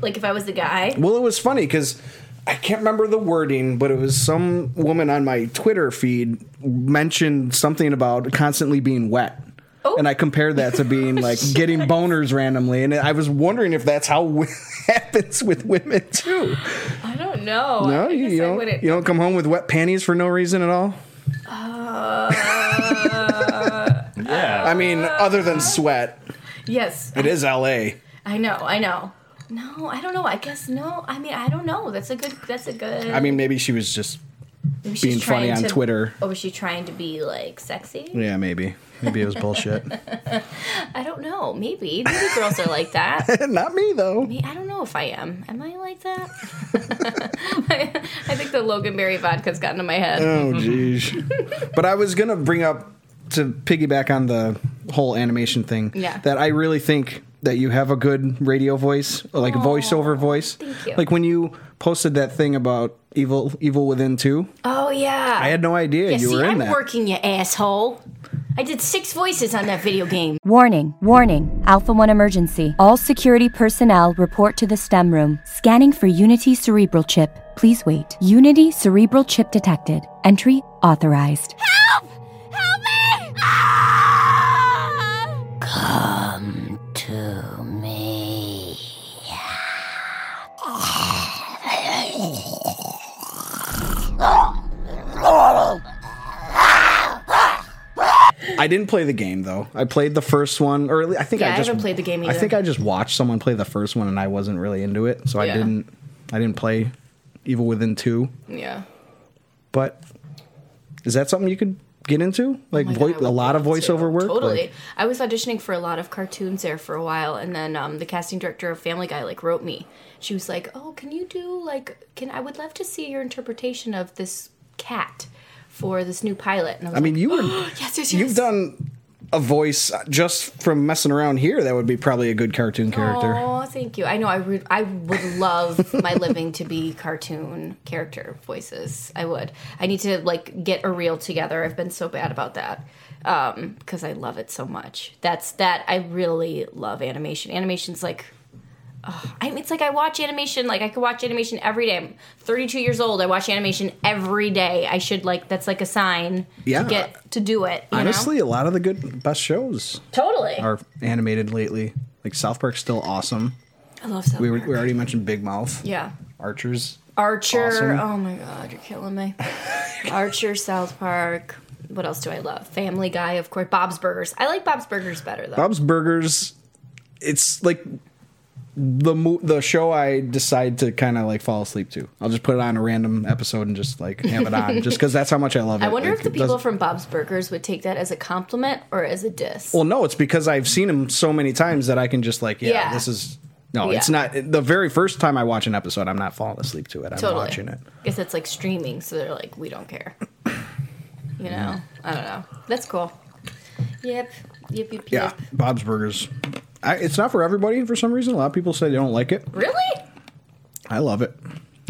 [SPEAKER 6] Like if I was the guy.
[SPEAKER 3] Well, it was funny because I can't remember the wording, but it was some woman on my Twitter feed mentioned something about constantly being wet.
[SPEAKER 6] Oh.
[SPEAKER 3] And I compared that to being like getting boners randomly, and I was wondering if that's how it happens with women too.
[SPEAKER 6] I don't know.
[SPEAKER 3] No,
[SPEAKER 6] I
[SPEAKER 3] you,
[SPEAKER 6] guess
[SPEAKER 3] you
[SPEAKER 6] I
[SPEAKER 3] don't.
[SPEAKER 6] wouldn't-
[SPEAKER 3] You don't come home with wet panties for no reason at all.
[SPEAKER 4] Yeah.
[SPEAKER 3] I mean, other than sweat,
[SPEAKER 6] Yes,
[SPEAKER 3] it is L.A.
[SPEAKER 6] I know. I know. No, I don't know. I guess no. I mean, I don't know. That's a good. That's a good.
[SPEAKER 3] I mean, maybe she was just
[SPEAKER 6] Maybe she's
[SPEAKER 3] being funny
[SPEAKER 6] trying
[SPEAKER 3] on
[SPEAKER 6] to-
[SPEAKER 3] Twitter. Mm.
[SPEAKER 6] Or was she trying to be like sexy?
[SPEAKER 3] Yeah, maybe. Maybe it was bullshit.
[SPEAKER 6] I don't know. Maybe. Maybe girls are like that.
[SPEAKER 3] Not me though.
[SPEAKER 6] Me- I don't know if I am. Am I like that? I think the Loganberry vodka's gotten to my head.
[SPEAKER 3] Oh jeez. but I was gonna bring up to piggyback on the whole animation thing.
[SPEAKER 6] Yeah.
[SPEAKER 3] That I really think that you have a good radio voice, or like voiceover voice.
[SPEAKER 6] thank you.
[SPEAKER 3] Like when you posted that thing about Evil Evil Within Two,
[SPEAKER 6] Oh yeah.
[SPEAKER 3] I had no idea
[SPEAKER 6] yeah,
[SPEAKER 3] you
[SPEAKER 6] see,
[SPEAKER 3] were in
[SPEAKER 6] I'm
[SPEAKER 3] that.
[SPEAKER 6] working, you asshole. I did six voices on that video game.
[SPEAKER 8] Warning, warning, Alpha 1 emergency. All security personnel report to the STEM room. Scanning for Unity cerebral chip. Please wait. Unity cerebral chip detected. Entry authorized.
[SPEAKER 5] Help me!
[SPEAKER 2] Ah!
[SPEAKER 5] Come to me.
[SPEAKER 3] I didn't play the game though. I played the first one, or at least, I think
[SPEAKER 6] Yeah,
[SPEAKER 3] I
[SPEAKER 6] I
[SPEAKER 3] just
[SPEAKER 6] haven't played the game
[SPEAKER 3] I
[SPEAKER 6] either.
[SPEAKER 3] think I just watched someone play the first one, and I wasn't really into it, so I
[SPEAKER 6] Yeah.
[SPEAKER 3] didn't. I didn't play Evil Within Two,
[SPEAKER 6] Yeah.
[SPEAKER 3] but is that something you could get into? Like
[SPEAKER 6] Oh my
[SPEAKER 3] voi-
[SPEAKER 6] God, I would
[SPEAKER 3] a lot of
[SPEAKER 6] love to.
[SPEAKER 3] voiceover work.
[SPEAKER 6] Totally.
[SPEAKER 3] Like,
[SPEAKER 6] I was auditioning for a lot of cartoons there for a while, and then um, the casting director of Family Guy like wrote me. She was like, "Oh, can you do like? Can I would love to see your interpretation of this cat for this new pilot." And I was
[SPEAKER 3] I mean,
[SPEAKER 6] like,
[SPEAKER 3] you were
[SPEAKER 6] yes, yes,
[SPEAKER 3] you've
[SPEAKER 6] yes.
[SPEAKER 3] done a voice just from messing around here. That would be probably a good cartoon character.
[SPEAKER 6] Oh, thank you. I know. I would. I would love my living to be cartoon character voices. I would. I need to like get a reel together. I've been so bad about that because I love it so much. That's that. I really love animation. Animation's like. ugh. I mean, it's like I watch animation. Like I could watch animation every day. I'm 32 years old. I watch animation every day. I should like that's like a sign
[SPEAKER 3] Yeah.
[SPEAKER 6] to get to do it. you know?
[SPEAKER 3] Honestly, a lot of the good best shows
[SPEAKER 6] totally.
[SPEAKER 3] are animated lately. Like South Park's still awesome.
[SPEAKER 6] I love South
[SPEAKER 3] We, were,
[SPEAKER 6] Park.
[SPEAKER 3] we already mentioned Big Mouth.
[SPEAKER 6] yeah.
[SPEAKER 3] Archers.
[SPEAKER 6] Archer.
[SPEAKER 3] Awesome.
[SPEAKER 6] Oh my god, you're killing me. Archer, South Park. What else do I love? Family Guy, of course. Bob's Burgers. I like Bob's Burgers better though.
[SPEAKER 3] Bob's Burgers. It's like the mo- the show I decide to kind of like fall asleep to. I'll just put it on a random episode and just like have it on, just because that's how much I love it.
[SPEAKER 6] I wonder
[SPEAKER 3] Like,
[SPEAKER 6] if the
[SPEAKER 3] it
[SPEAKER 6] people
[SPEAKER 3] doesn't-
[SPEAKER 6] from Bob's Burgers would take that as a compliment or as a diss.
[SPEAKER 3] Well, no, it's because I've seen them so many times that I can just like, yeah,
[SPEAKER 6] Yeah.
[SPEAKER 3] this is. No,
[SPEAKER 6] Yeah.
[SPEAKER 3] it's not. The very first time I watch an episode, I'm not falling asleep to it. I'm
[SPEAKER 6] totally.
[SPEAKER 3] watching it.
[SPEAKER 6] I guess it's like streaming, so they're like, we don't care. You know? I don't know. That's cool. Yep. Yep, yep, yep.
[SPEAKER 3] Yeah, Bob's Burgers. I, it's not for everybody for some reason. A lot of people say they don't like it.
[SPEAKER 6] Really?
[SPEAKER 3] I love it.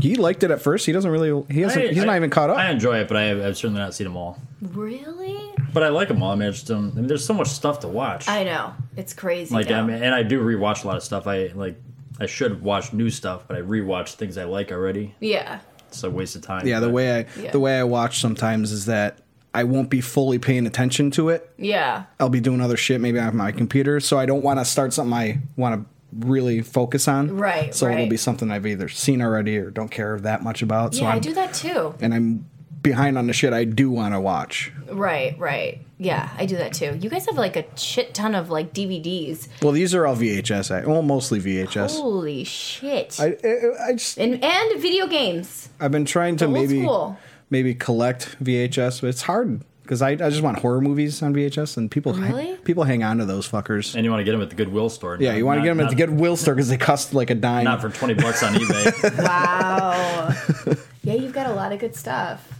[SPEAKER 3] He liked it at first. He doesn't really. He hasn't. he's not even caught up.
[SPEAKER 4] I enjoy it, but I have, I've certainly not seen them all.
[SPEAKER 6] Really?
[SPEAKER 4] But I like them all. I mean, I just don't, I mean there's so much stuff to watch.
[SPEAKER 6] I know. It's crazy.
[SPEAKER 4] like, I
[SPEAKER 6] now.
[SPEAKER 4] mean, and I do rewatch a lot of stuff. I like. I should watch new stuff, but I rewatch things I like already.
[SPEAKER 6] Yeah.
[SPEAKER 4] It's a waste of time.
[SPEAKER 3] yeah, the
[SPEAKER 4] but-
[SPEAKER 3] way I
[SPEAKER 6] Yeah.
[SPEAKER 3] the way I watch sometimes is that I won't be fully paying attention to it.
[SPEAKER 6] Yeah.
[SPEAKER 3] I'll be doing other shit, maybe on my computer. So I don't want to start something I want to really focus on.
[SPEAKER 6] Right,
[SPEAKER 3] So it'll
[SPEAKER 6] right.
[SPEAKER 3] be something I've either seen already or don't care that much about. So
[SPEAKER 6] Yeah,
[SPEAKER 3] I'm,
[SPEAKER 6] I do that too.
[SPEAKER 3] and I'm behind on the shit I do want to watch.
[SPEAKER 6] Right, right. Yeah, I do that too. You guys have like a shit ton of like DVDs.
[SPEAKER 3] Well, these are all VHS. I- Well, mostly VHS.
[SPEAKER 6] Holy shit.
[SPEAKER 3] I, I, I just
[SPEAKER 6] and and video games.
[SPEAKER 3] I've been trying to
[SPEAKER 6] Old
[SPEAKER 3] maybe
[SPEAKER 6] school.
[SPEAKER 3] maybe collect VHS, but it's hard because I, I just want horror movies on VHS and people ha-
[SPEAKER 6] Really?
[SPEAKER 3] people hang on to those fuckers.
[SPEAKER 4] And you want to get them at the Goodwill store.
[SPEAKER 3] yeah, you want to get them at the Goodwill store because they cost like a dime.
[SPEAKER 4] Um, Not for twenty bucks on eBay.
[SPEAKER 6] Wow. yeah, you've got a lot of good stuff.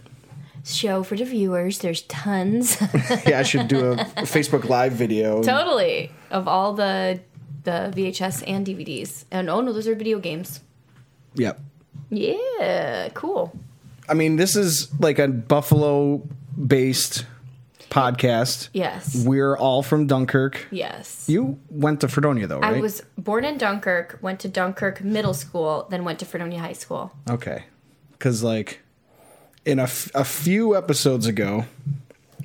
[SPEAKER 6] Show for the viewers. There's tons.
[SPEAKER 3] yeah, I should do a Facebook Live video.
[SPEAKER 6] totally. Of all the the VHS and DVDs. And oh no, those are video games.
[SPEAKER 3] Yep.
[SPEAKER 6] Yeah, cool.
[SPEAKER 3] I mean, this is like a Buffalo-based podcast.
[SPEAKER 6] Yes.
[SPEAKER 3] We're all from Dunkirk.
[SPEAKER 6] Yes.
[SPEAKER 3] You went to Fredonia though, right?
[SPEAKER 6] I was born in Dunkirk, went to Dunkirk Middle School, then went to Fredonia High School.
[SPEAKER 3] Okay. Because, like, in a, f- a few episodes ago,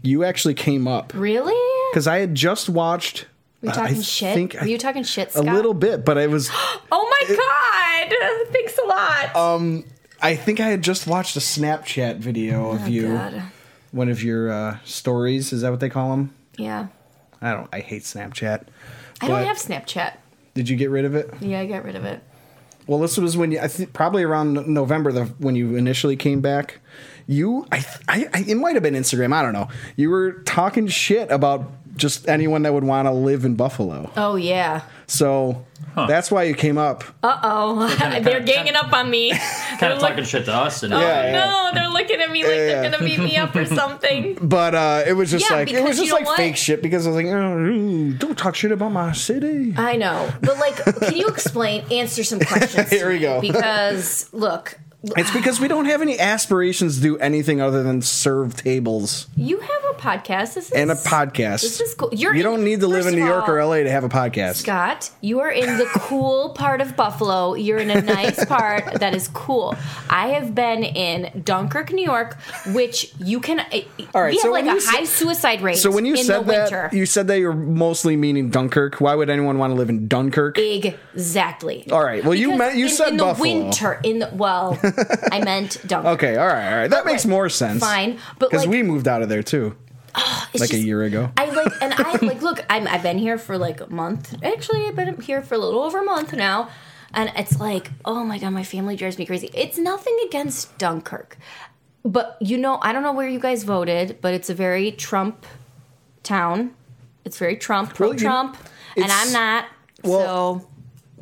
[SPEAKER 3] you actually came up.
[SPEAKER 6] Really?
[SPEAKER 3] Because I had just watched. uh,
[SPEAKER 6] Were you
[SPEAKER 3] I
[SPEAKER 6] talking shit?
[SPEAKER 3] think I-
[SPEAKER 6] Were you talking shit,
[SPEAKER 3] a
[SPEAKER 6] Scott?
[SPEAKER 3] little bit, but I was.
[SPEAKER 6] Oh my god! Thanks a lot.
[SPEAKER 3] Um, I think I had just watched a Snapchat video of you.
[SPEAKER 6] Oh, God.
[SPEAKER 3] One of your uh, stories. Is that what they call them?
[SPEAKER 6] yeah,
[SPEAKER 3] I don't. I hate Snapchat.
[SPEAKER 6] I don't
[SPEAKER 3] but-
[SPEAKER 6] have Snapchat.
[SPEAKER 3] Did you get rid of it?
[SPEAKER 6] Yeah, I got rid of it.
[SPEAKER 3] Well, this was when you, I think probably around November the, when you initially came back. you, I, I, I it might have been Instagram. I don't know. You were talking shit about just anyone that would want to live in Buffalo.
[SPEAKER 6] Oh yeah.
[SPEAKER 3] So that's why you came up.
[SPEAKER 6] Uh oh. They're ganging up on me. Oh,
[SPEAKER 4] Kind of talking shit to us. And
[SPEAKER 3] Yeah, yeah.
[SPEAKER 6] No, they're looking at me like
[SPEAKER 3] Yeah, yeah.
[SPEAKER 6] they're gonna beat me up or something.
[SPEAKER 3] But uh, it was just
[SPEAKER 6] Yeah,
[SPEAKER 3] like it
[SPEAKER 6] because
[SPEAKER 3] was
[SPEAKER 6] you
[SPEAKER 3] just
[SPEAKER 6] know
[SPEAKER 3] like
[SPEAKER 6] what?
[SPEAKER 3] fake shit because I was like, oh, don't talk shit about my city.
[SPEAKER 6] I know, but like, can you explain? Answer some questions. to
[SPEAKER 3] Here we
[SPEAKER 6] me,
[SPEAKER 3] go.
[SPEAKER 6] Because look,
[SPEAKER 3] It's because we don't have any aspirations to do anything other than serve tables
[SPEAKER 6] you have a podcast. This is
[SPEAKER 3] and a podcast.
[SPEAKER 6] This is cool. You're
[SPEAKER 3] you don't
[SPEAKER 6] in-
[SPEAKER 3] need to live
[SPEAKER 6] first of
[SPEAKER 3] in New York or
[SPEAKER 6] all,
[SPEAKER 3] LA to have a podcast.
[SPEAKER 6] Scott, you are in the cool part of Buffalo. You're in a nice part that is cool. I have been in Dunkirk, New York, which you can. eh,
[SPEAKER 3] All right,
[SPEAKER 6] we have
[SPEAKER 3] so
[SPEAKER 6] like a
[SPEAKER 3] when you s-
[SPEAKER 6] high suicide rate.
[SPEAKER 3] so when you
[SPEAKER 6] in
[SPEAKER 3] said
[SPEAKER 6] the
[SPEAKER 3] that,
[SPEAKER 6] winter.
[SPEAKER 3] you said that you're mostly meaning Dunkirk. Why would anyone want to live in Dunkirk?
[SPEAKER 6] Exactly.
[SPEAKER 3] All right, well, you meant- you
[SPEAKER 6] in,
[SPEAKER 3] said
[SPEAKER 6] in the
[SPEAKER 3] Buffalo.
[SPEAKER 6] winter. In the well, I meant Dunkirk.
[SPEAKER 3] Okay, all right, all right. That makes
[SPEAKER 6] like,
[SPEAKER 3] more sense.
[SPEAKER 6] fine, but,
[SPEAKER 3] because
[SPEAKER 6] like-
[SPEAKER 3] we moved out of there too,
[SPEAKER 6] It's
[SPEAKER 3] like a
[SPEAKER 6] just-
[SPEAKER 3] year ago.
[SPEAKER 6] I like, and I like, look, I'm, I've been here for like a month. Actually, I've been here for a little over a month now. And it's like, oh my God, my family drives me crazy. It's nothing against Dunkirk. But, you know, I don't know where you guys voted, but it's a very Trump town. It's very Trump, pro
[SPEAKER 3] Well, you-
[SPEAKER 6] Trump. And
[SPEAKER 3] it's-
[SPEAKER 6] I'm not.
[SPEAKER 3] well-
[SPEAKER 6] so,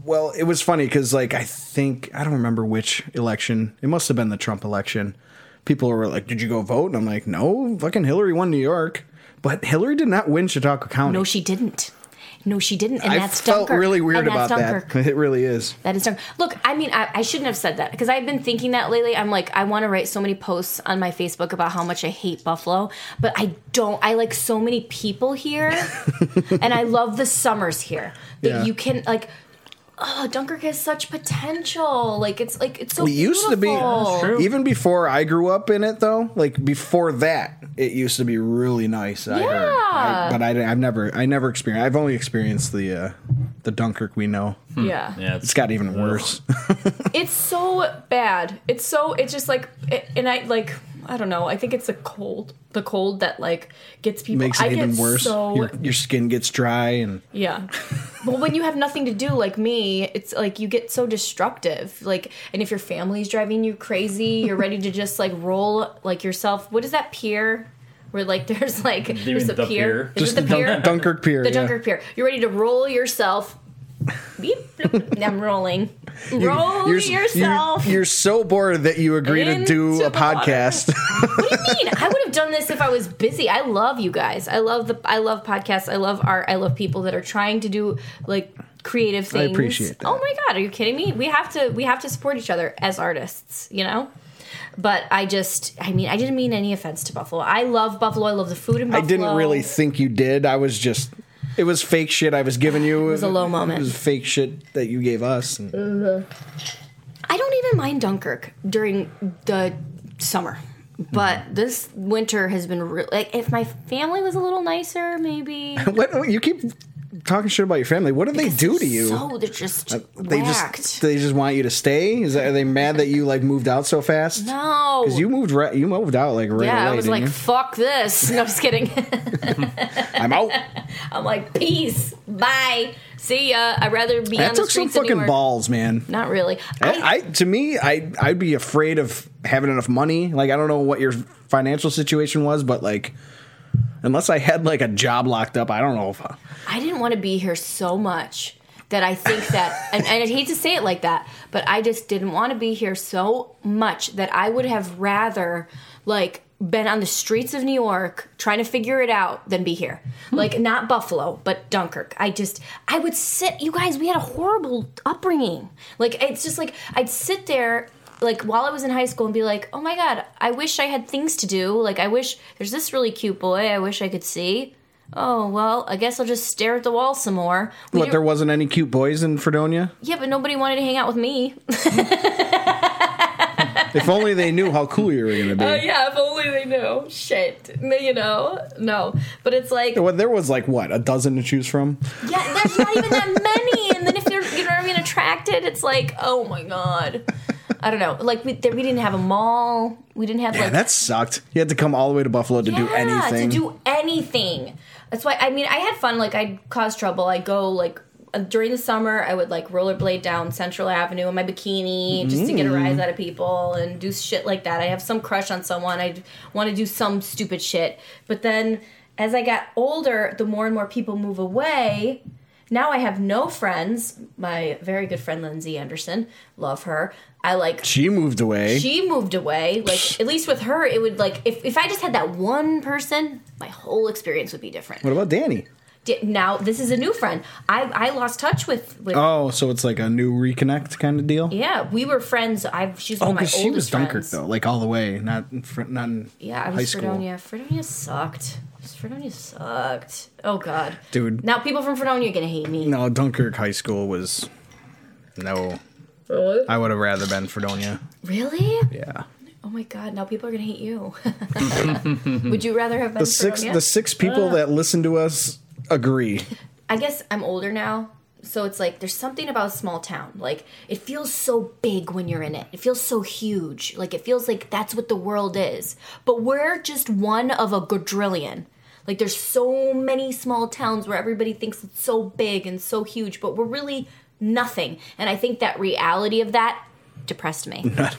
[SPEAKER 3] Well, it was funny because like I think I don't remember which election. It must have been the Trump election. People were like, "Did you go vote?" And I'm like, "No, fucking Hillary won New York." But Hillary did not win Chautauqua County.
[SPEAKER 6] no, she didn't. No, she didn't. And
[SPEAKER 3] I
[SPEAKER 6] that's
[SPEAKER 3] felt
[SPEAKER 6] Dunkirk.
[SPEAKER 3] really weird
[SPEAKER 6] And
[SPEAKER 3] about
[SPEAKER 6] that's
[SPEAKER 3] that. It really is.
[SPEAKER 6] That is dark. Look, I mean, I, I shouldn't have said that because I've been thinking that lately. I'm like, I want to write so many posts on my Facebook about how much I hate Buffalo, but I don't. I like so many people here, and I love the summers here that
[SPEAKER 3] Yeah.
[SPEAKER 6] you can like. Oh, Dunkirk has such potential. Like it's like it's so.
[SPEAKER 3] It used to be
[SPEAKER 6] beautiful.
[SPEAKER 3] even before I grew up in it, though. Like before that, it used to be really nice. I heard. I-
[SPEAKER 6] Yeah.
[SPEAKER 3] but I, have never, I never experienced. I've only experienced the uh, the Dunkirk we know.
[SPEAKER 6] Yeah.
[SPEAKER 4] yeah, it's
[SPEAKER 3] It's got even worse.
[SPEAKER 6] it's so bad. It's so it's just like, it, and I like I don't know. I think it's the cold, the cold that like gets people.
[SPEAKER 3] Makes it
[SPEAKER 6] I
[SPEAKER 3] even
[SPEAKER 6] get
[SPEAKER 3] worse.
[SPEAKER 6] So
[SPEAKER 3] your, your skin gets dry, and
[SPEAKER 6] Yeah. well, when you have nothing to do like me, it's like you get so destructive. Like, and if your family's driving you crazy, you're ready to just like roll like yourself. What is that pier? Where like there's like there's a pier.
[SPEAKER 4] the pier?
[SPEAKER 6] Is
[SPEAKER 3] Just
[SPEAKER 6] it the
[SPEAKER 4] the
[SPEAKER 6] pier?
[SPEAKER 4] Dunk-
[SPEAKER 3] Dunkirk Pier.
[SPEAKER 6] the
[SPEAKER 3] yeah.
[SPEAKER 6] Dunkirk pier. You're ready to roll yourself. Beep. bloop. I'm rolling. roll
[SPEAKER 3] You're,
[SPEAKER 6] yourself.
[SPEAKER 3] You're, you're so bored that you agree to do
[SPEAKER 6] Into
[SPEAKER 3] a
[SPEAKER 6] the water.
[SPEAKER 3] podcast.
[SPEAKER 6] What do you mean? I would have done this if I was busy. I love you guys. I love the I love podcasts. I love art. I love people that are trying to do like creative things.
[SPEAKER 3] appreciate that.
[SPEAKER 6] Oh my god, are you kidding me? We have to we have to support each other as artists, you know? But I just I mean, I didn't mean any offense to Buffalo. I love Buffalo. I love the food in
[SPEAKER 3] I
[SPEAKER 6] Buffalo.
[SPEAKER 3] didn't really think you did. I was just. It was fake shit I was giving you. It was
[SPEAKER 6] a low moment.
[SPEAKER 3] It was fake shit that you gave us. and-
[SPEAKER 6] I don't even mind Dunkirk during the summer. But
[SPEAKER 3] Mm-hmm.
[SPEAKER 6] this winter has been real. Like, if my family was a little nicer, maybe.
[SPEAKER 3] What oh, you keep talking shit about your family? What do they do to you? Uh,
[SPEAKER 6] So they're just
[SPEAKER 3] they
[SPEAKER 6] whacked.
[SPEAKER 3] just they just want you to stay. Is that, are they mad that you like moved out so fast?
[SPEAKER 6] No.
[SPEAKER 3] because you moved right. You moved out like right
[SPEAKER 6] yeah,
[SPEAKER 3] away.
[SPEAKER 6] I was
[SPEAKER 3] didn't
[SPEAKER 6] like,
[SPEAKER 3] you?
[SPEAKER 6] fuck this. No, just kidding.
[SPEAKER 3] I'm out.
[SPEAKER 6] I'm like, peace, bye, see ya. I'd rather be
[SPEAKER 3] That
[SPEAKER 6] on the
[SPEAKER 3] took some
[SPEAKER 6] streets of New
[SPEAKER 3] fucking
[SPEAKER 6] York.
[SPEAKER 3] balls, man.
[SPEAKER 6] Not really.
[SPEAKER 3] I, I to me, I I'd be afraid of having enough money. Like I don't know what your financial situation was, but like. Unless I had like a job locked up, I don't know if I,
[SPEAKER 6] I didn't want to be here so much that I think that, and, and I hate to say it like that, but I just didn't want to be here so much that I would have rather, like, been on the streets of New York trying to figure it out than be here. Like, not Buffalo, but Dunkirk. I just, I would sit, you guys, we had a horrible upbringing. Like, it's just like, I'd sit there. Like while I was in high school, and be like, oh my god, I wish I had things to do. Like, I wish there's this really cute boy I wish I could see. Oh well, I guess I'll just stare at the wall some more. We
[SPEAKER 3] what
[SPEAKER 6] didn't-
[SPEAKER 3] there wasn't any cute boys in Fredonia.
[SPEAKER 6] yeah, but nobody wanted to hang out with me.
[SPEAKER 3] If only they knew how cool you were gonna be.
[SPEAKER 6] Oh, yeah, if only they knew. Shit, you know, no. But it's like,
[SPEAKER 3] Well, there was like what a dozen to choose from.
[SPEAKER 6] yeah, there's not even that many. And then if they're, you know, what I mean, attracted, it's like, oh my god, I don't know. Like we, there, we didn't have a mall. We didn't have
[SPEAKER 3] Yeah,
[SPEAKER 6] like
[SPEAKER 3] that sucked. You had to come all the way to Buffalo to do
[SPEAKER 6] Yeah,
[SPEAKER 3] anything.
[SPEAKER 6] To do anything. That's why I mean I had fun. Like I'd cause trouble. I'd go like uh, during the summer, I would like rollerblade down Central Avenue in my bikini just to get a
[SPEAKER 3] Mm.
[SPEAKER 6] rise out of people and do shit like that. I have some crush on someone. I want to do some stupid shit. But then as I got older, the more and more people move away. Now I have no friends. My very good friend Lindsay Anderson, love her. I like
[SPEAKER 3] She moved away.
[SPEAKER 6] she moved away. Like at least with her, it would like if, if I just had that one person, my whole experience would be different.
[SPEAKER 3] what about Danny?
[SPEAKER 6] Di- Now this is a new friend. I I lost touch with with.
[SPEAKER 3] Oh, so it's like a new reconnect kind of deal.
[SPEAKER 6] Yeah, we were friends. I've she's one
[SPEAKER 3] Oh,
[SPEAKER 6] of my
[SPEAKER 3] because
[SPEAKER 6] oldest
[SPEAKER 3] she was Dunkirk
[SPEAKER 6] friends.
[SPEAKER 3] though, like all the way, not in fr- not in
[SPEAKER 6] Yeah, I
[SPEAKER 3] high
[SPEAKER 6] was
[SPEAKER 3] school.
[SPEAKER 6] Fredonia. Fredonia sucked. Fredonia sucked. Oh god,
[SPEAKER 3] Dude.
[SPEAKER 6] Now people from Fredonia are gonna hate me.
[SPEAKER 3] No, Dunkirk High School was no. I would have rather been Fredonia.
[SPEAKER 6] Really?
[SPEAKER 3] Yeah,
[SPEAKER 6] Oh my god, now people are gonna hate you. Would you rather have been
[SPEAKER 3] the six
[SPEAKER 6] Fredonia? Ah.
[SPEAKER 3] the six people that listen to us agree.
[SPEAKER 6] I guess I'm older now. So it's like there's something about a small town. Like it feels so big when you're in it. It feels so huge. Like it feels like that's what the world is. But we're just one of a quadrillion. Like there's so many small towns where everybody thinks it's so big and so huge, but we're really nothing. And I think that reality of that depressed me.
[SPEAKER 3] I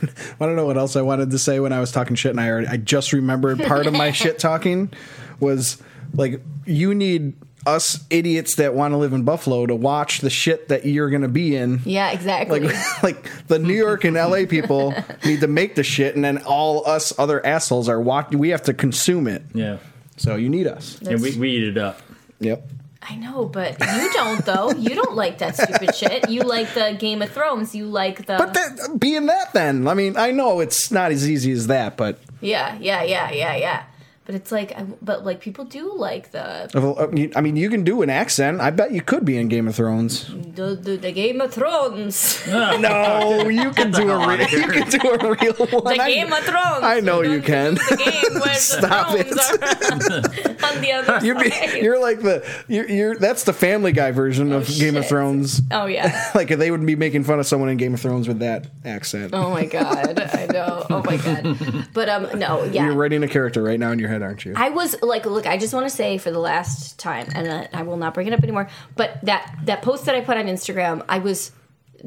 [SPEAKER 3] don't know what else I wanted to say when I was talking shit, and I already, I just remembered part of my shit talking was like you need us idiots that want to live in Buffalo to watch the shit that you're gonna be in.
[SPEAKER 6] yeah, exactly.
[SPEAKER 3] Like, like the New York and LA people need to make the shit, and then all us other assholes are watching. We have to consume it.
[SPEAKER 4] Yeah.
[SPEAKER 3] So you need us.
[SPEAKER 4] And we, we eat it up.
[SPEAKER 3] Yep.
[SPEAKER 6] I know, but you don't though. You don't like that stupid shit. You like the Game of Thrones. You like the
[SPEAKER 3] But that, being that, then I mean, I know it's not as easy as that, but
[SPEAKER 6] Yeah, yeah, yeah, yeah, yeah. But it's like, I, but like people do like the
[SPEAKER 3] I mean, you can do an accent. I bet you could be in Game of Thrones.
[SPEAKER 6] the, the, the Game of Thrones,
[SPEAKER 3] No, you can do a real. You can do a real
[SPEAKER 6] the
[SPEAKER 3] one. I-
[SPEAKER 6] Game of Thrones.
[SPEAKER 3] I know
[SPEAKER 6] Don't
[SPEAKER 3] you can.
[SPEAKER 6] confuse The game where
[SPEAKER 3] Stop
[SPEAKER 6] the thrones are on the other
[SPEAKER 3] You're, be,
[SPEAKER 6] side.
[SPEAKER 3] you're like the you're, you're that's the Family Guy version of Game of
[SPEAKER 6] shit.
[SPEAKER 3] Thrones.
[SPEAKER 6] oh yeah.
[SPEAKER 3] Like they would be making fun of someone in Game of Thrones with that accent.
[SPEAKER 6] Oh my god. I know. Oh my god. But um, no, yeah.
[SPEAKER 3] You're writing a character right now in your head, aren't you?
[SPEAKER 6] I was like, look, I just want to say for the last time, and uh, I will not bring it up anymore. But that that post that I put on Instagram, I was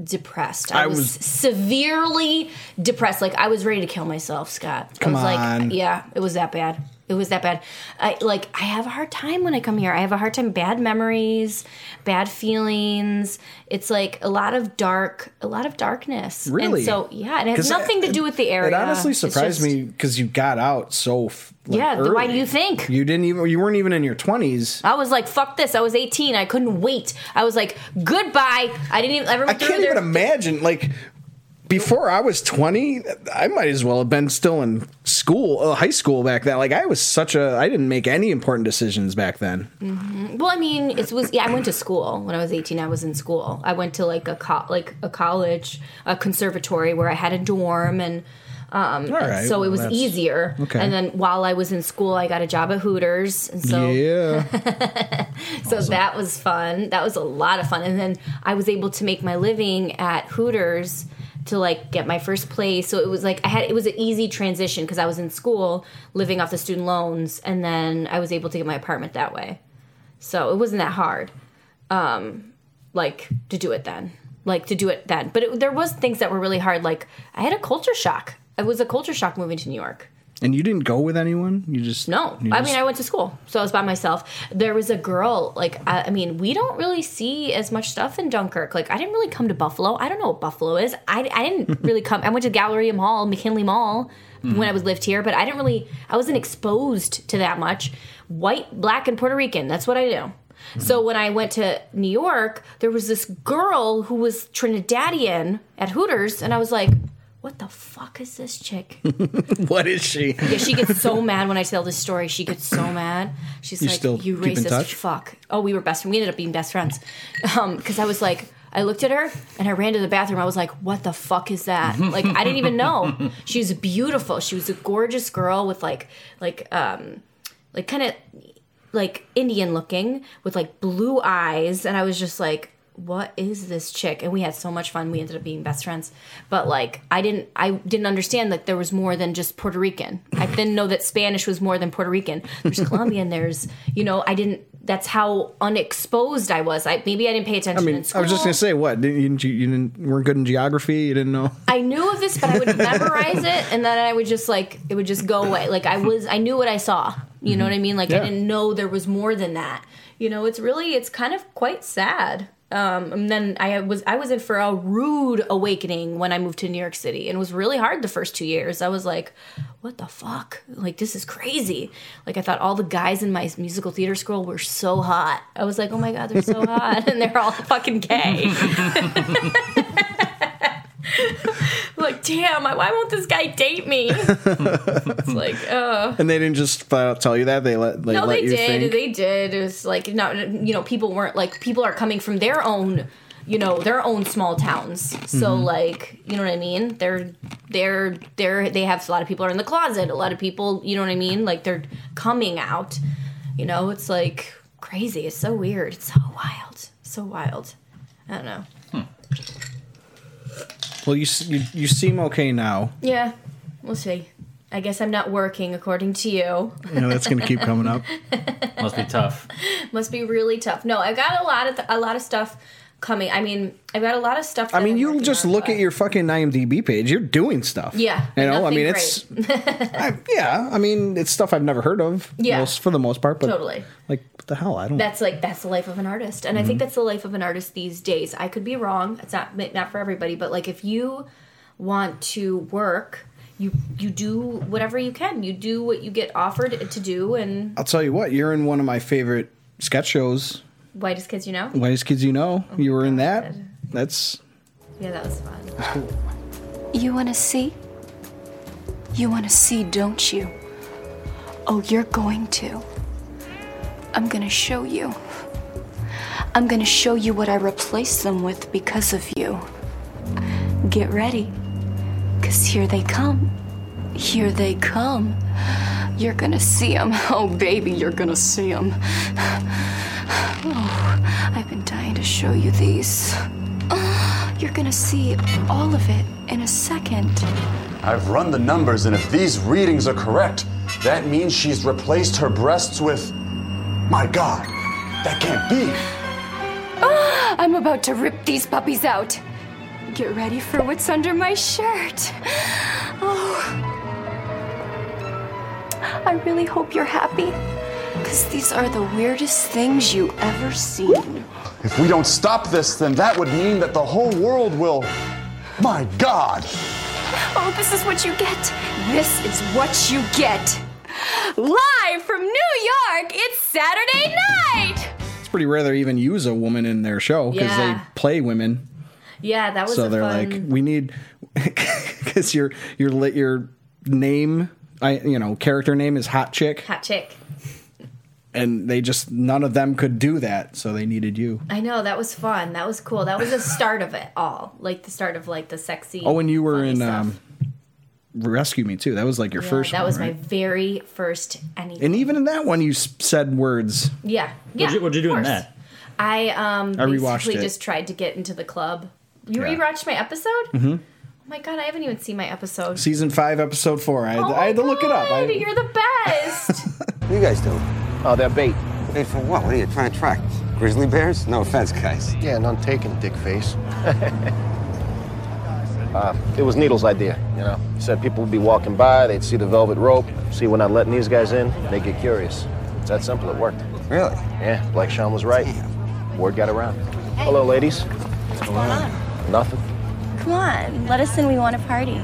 [SPEAKER 6] depressed. I,
[SPEAKER 3] I
[SPEAKER 6] was,
[SPEAKER 3] was-
[SPEAKER 6] severely depressed. Like I was ready to kill myself, Scott. I
[SPEAKER 3] Come
[SPEAKER 6] was
[SPEAKER 3] on.
[SPEAKER 6] like, yeah, it was that bad. It was that bad. I like I have a hard time when I come here. I have a hard time bad memories, bad feelings. It's like a lot of dark, a lot of darkness. And
[SPEAKER 3] Really?
[SPEAKER 6] so yeah, it has
[SPEAKER 3] 'Cause
[SPEAKER 6] nothing to
[SPEAKER 3] it-
[SPEAKER 6] do with the area.
[SPEAKER 3] It honestly
[SPEAKER 6] It's
[SPEAKER 3] surprised
[SPEAKER 6] just-
[SPEAKER 3] me because you got out so f- like,
[SPEAKER 6] Yeah,
[SPEAKER 3] early.
[SPEAKER 6] why do you think?
[SPEAKER 3] you didn't even you weren't even in your twenties?
[SPEAKER 6] I was like, fuck this. I was 18. I couldn't wait. I was like, goodbye. I didn't even. I,
[SPEAKER 3] I
[SPEAKER 6] remember
[SPEAKER 3] can't even imagine like. Before I was twenty, I might as well have been still in school, uh, high school back then. Like I was such a, I didn't make any important decisions back then.
[SPEAKER 6] Well, I mean, it was. Yeah, I went to school when I was 18. I was in school. I went to like a co- like a college, a conservatory where I had a dorm and. Um,
[SPEAKER 3] All right,
[SPEAKER 6] so it
[SPEAKER 3] well,
[SPEAKER 6] was
[SPEAKER 3] that's-
[SPEAKER 6] easier.
[SPEAKER 3] okay.
[SPEAKER 6] And then while I was in school, I got a job at Hooters, and so
[SPEAKER 3] yeah,
[SPEAKER 6] so that was fun. That was a lot of fun. And then I was able to make my living at Hooters to like get my first place. So it was like I had it was an easy transition because I was in school living off the student loans, and then I was able to get my apartment that way. So it wasn't that hard, um, like to do it then, like to do it then. But it, there was things that were really hard. Like I had a culture shock. It was a culture shock moving to New York.
[SPEAKER 3] and you didn't go with anyone. You just
[SPEAKER 6] No,
[SPEAKER 3] you
[SPEAKER 6] I
[SPEAKER 3] just-
[SPEAKER 6] mean I went to school, so I was by myself. There was a girl, like I, I mean, we don't really see as much stuff in Dunkirk. Like I didn't really come to Buffalo. I don't know what Buffalo is. I, I didn't really come. I went to Galleria Mall, McKinley Mall,
[SPEAKER 3] Mm-hmm.
[SPEAKER 6] when I was lived here, but I didn't really. I wasn't exposed to that much. White, black, and Puerto Rican. That's what I do.
[SPEAKER 3] Mm-hmm.
[SPEAKER 6] So when I went to New York, there was this girl who was Trinidadian at Hooters, and I was like, "What the fuck is this chick?"
[SPEAKER 3] what is she?
[SPEAKER 6] Yeah, she gets so mad when I tell this story. She gets so mad. She's like,
[SPEAKER 3] still
[SPEAKER 6] "You
[SPEAKER 3] keep in
[SPEAKER 6] racist
[SPEAKER 3] touch?
[SPEAKER 6] fuck." Oh, we were best friends. We ended up being best friends. Um, because I was like, I looked at her and I ran to the bathroom. I was like, "What the fuck is that?" Like, I didn't even know. She was beautiful. She was a gorgeous girl with like, like, um, like kind of like Indian looking with like blue eyes, and I was just like, "What is this chick?" And we had so much fun. We ended up being best friends. But like, I didn't, I didn't understand that there was more than just Puerto Rican. I didn't know that Spanish was more than Puerto Rican. There's Colombian. There's you know, I didn't. that's how unexposed I was. I maybe I didn't pay attention.
[SPEAKER 3] I mean,
[SPEAKER 6] in
[SPEAKER 3] I was just
[SPEAKER 6] school.
[SPEAKER 3] gonna say, what didn't you, didn't- you didn't weren't good in geography? You didn't know.
[SPEAKER 6] I knew of this, but I would memorize it, and then I would just like it would just go away. Like I was, I knew what I saw. You know what I mean? Like
[SPEAKER 3] Yeah.
[SPEAKER 6] I didn't know there was more than that. You know, it's really, it's kind of quite sad. Um, and then I was, I was in for a rude awakening when I moved to New York City, and it was really hard the first two years. I was like, what the fuck? Like this is crazy. Like I thought all the guys in my musical theater school were so hot. I was like, oh my god, they're so hot, and they're all fucking gay. like, damn, I- why won't this guy date me? it's like, oh.
[SPEAKER 3] And they didn't just flat out tell you that. They let they
[SPEAKER 6] No,
[SPEAKER 3] let
[SPEAKER 6] they
[SPEAKER 3] you
[SPEAKER 6] did.
[SPEAKER 3] think.
[SPEAKER 6] They did. It was like, not, you know, people weren't like, people are coming from their own, you know, their own small towns. So,
[SPEAKER 3] Mm-hmm.
[SPEAKER 6] like, you know what I mean? They're, they're, they're, they have a lot of people are in the closet. A lot of people, you know what I mean? Like, they're coming out. You know, it's like crazy. It's so weird. It's so wild. So wild. I don't know.
[SPEAKER 3] well, you, s- you you seem okay now.
[SPEAKER 6] Yeah, we'll see. I guess I'm not working according to you.
[SPEAKER 3] You know that's gonna keep coming up.
[SPEAKER 4] Must be tough.
[SPEAKER 6] Must be really tough. No, I've got a lot of a lot of stuff coming. I mean, I've got a lot of stuff.
[SPEAKER 3] I mean, you just look at your fucking IMDb page. You're doing stuff.
[SPEAKER 6] Yeah,
[SPEAKER 3] you know. I
[SPEAKER 6] nothing
[SPEAKER 3] mean, it's I, yeah. I mean, it's stuff I've never heard of.
[SPEAKER 6] Yeah.
[SPEAKER 3] most, for the most part. But
[SPEAKER 6] Totally.
[SPEAKER 3] Like what the hell? I don't.
[SPEAKER 6] That's like that's the life of an artist, and I
[SPEAKER 3] Mm-hmm.
[SPEAKER 6] think that's the life of an artist these days. I could be wrong. It's not not for everybody, but like if you want to work, you you do whatever you can. You do what you get offered to do, and
[SPEAKER 3] I'll tell you what. You're in one of my favorite sketch shows.
[SPEAKER 6] whitest kids, you know.
[SPEAKER 3] Whitest kids you know. you were in that.
[SPEAKER 6] Oh God.
[SPEAKER 3] That's
[SPEAKER 6] Yeah, that was fun.
[SPEAKER 9] You want to see? You want to see, don't you? Oh, you're going to. I'm going to show you. I'm going to show you what I replaced them with because of you. Get ready. Because here they come. Here they come. You're going to see them. Oh, baby, you're going to see them. Oh, I've been dying to show you these. You're gonna see all of it in a second.
[SPEAKER 10] I've run the numbers, and if these readings are correct, that means she's replaced her breasts with. My God, that can't be.
[SPEAKER 9] I'm about to rip these puppies out. Get ready for what's under my shirt. Oh. I really hope you're happy, because these are the weirdest things you ever seen.
[SPEAKER 10] If we don't stop this, then that would mean that the whole world will. My God!
[SPEAKER 9] Oh, this is what you get. This is what you get. Live from New York, it's Saturday night!
[SPEAKER 3] it's pretty rare they even use a woman in their show because
[SPEAKER 6] Yeah.
[SPEAKER 3] they play women.
[SPEAKER 6] Yeah, that was
[SPEAKER 3] so
[SPEAKER 6] a
[SPEAKER 3] they're
[SPEAKER 6] fun.
[SPEAKER 3] like we need because your your li- your name i you know character name is hot chick
[SPEAKER 6] hot chick.
[SPEAKER 3] and they just none of them could do that so they needed you
[SPEAKER 6] I know that was fun. That was cool. That was the start of it all, like the start of like the sexy.
[SPEAKER 3] oh and you were
[SPEAKER 6] funny
[SPEAKER 3] in
[SPEAKER 6] stuff.
[SPEAKER 3] um rescue me too that was like your
[SPEAKER 6] Yeah,
[SPEAKER 3] first
[SPEAKER 6] That
[SPEAKER 3] one,
[SPEAKER 6] was
[SPEAKER 3] right?
[SPEAKER 6] my very first anything.
[SPEAKER 3] and even in that one you s- said words
[SPEAKER 6] yeah, yeah.
[SPEAKER 4] What'd you, what'd you
[SPEAKER 6] of
[SPEAKER 4] do in
[SPEAKER 6] course.
[SPEAKER 4] that?
[SPEAKER 6] I um
[SPEAKER 3] I rewatched
[SPEAKER 6] basically
[SPEAKER 3] it.
[SPEAKER 6] just tried to get into the club. You
[SPEAKER 3] Yeah.
[SPEAKER 6] rewatched my episode? Mm-hmm. Oh my god, I haven't even seen my episode.
[SPEAKER 3] season five episode four i, had-
[SPEAKER 6] Oh
[SPEAKER 3] I had to
[SPEAKER 6] my
[SPEAKER 3] look it up I-
[SPEAKER 6] God, You're the best.
[SPEAKER 11] What do you guys doing? Oh, they're bait. Bait for what? What are you trying to track? Grizzly bears? No offense, guys. Yeah, none taken, dick face. it was Needle's idea, you know. He said people would be walking by, they'd see the velvet rope, see we're not letting these guys in, they get curious. It's that simple, it worked. Really? Yeah, Black Sean was right. Word got around. Hello, ladies. Nothing.
[SPEAKER 5] Come on, let us in. We want to party.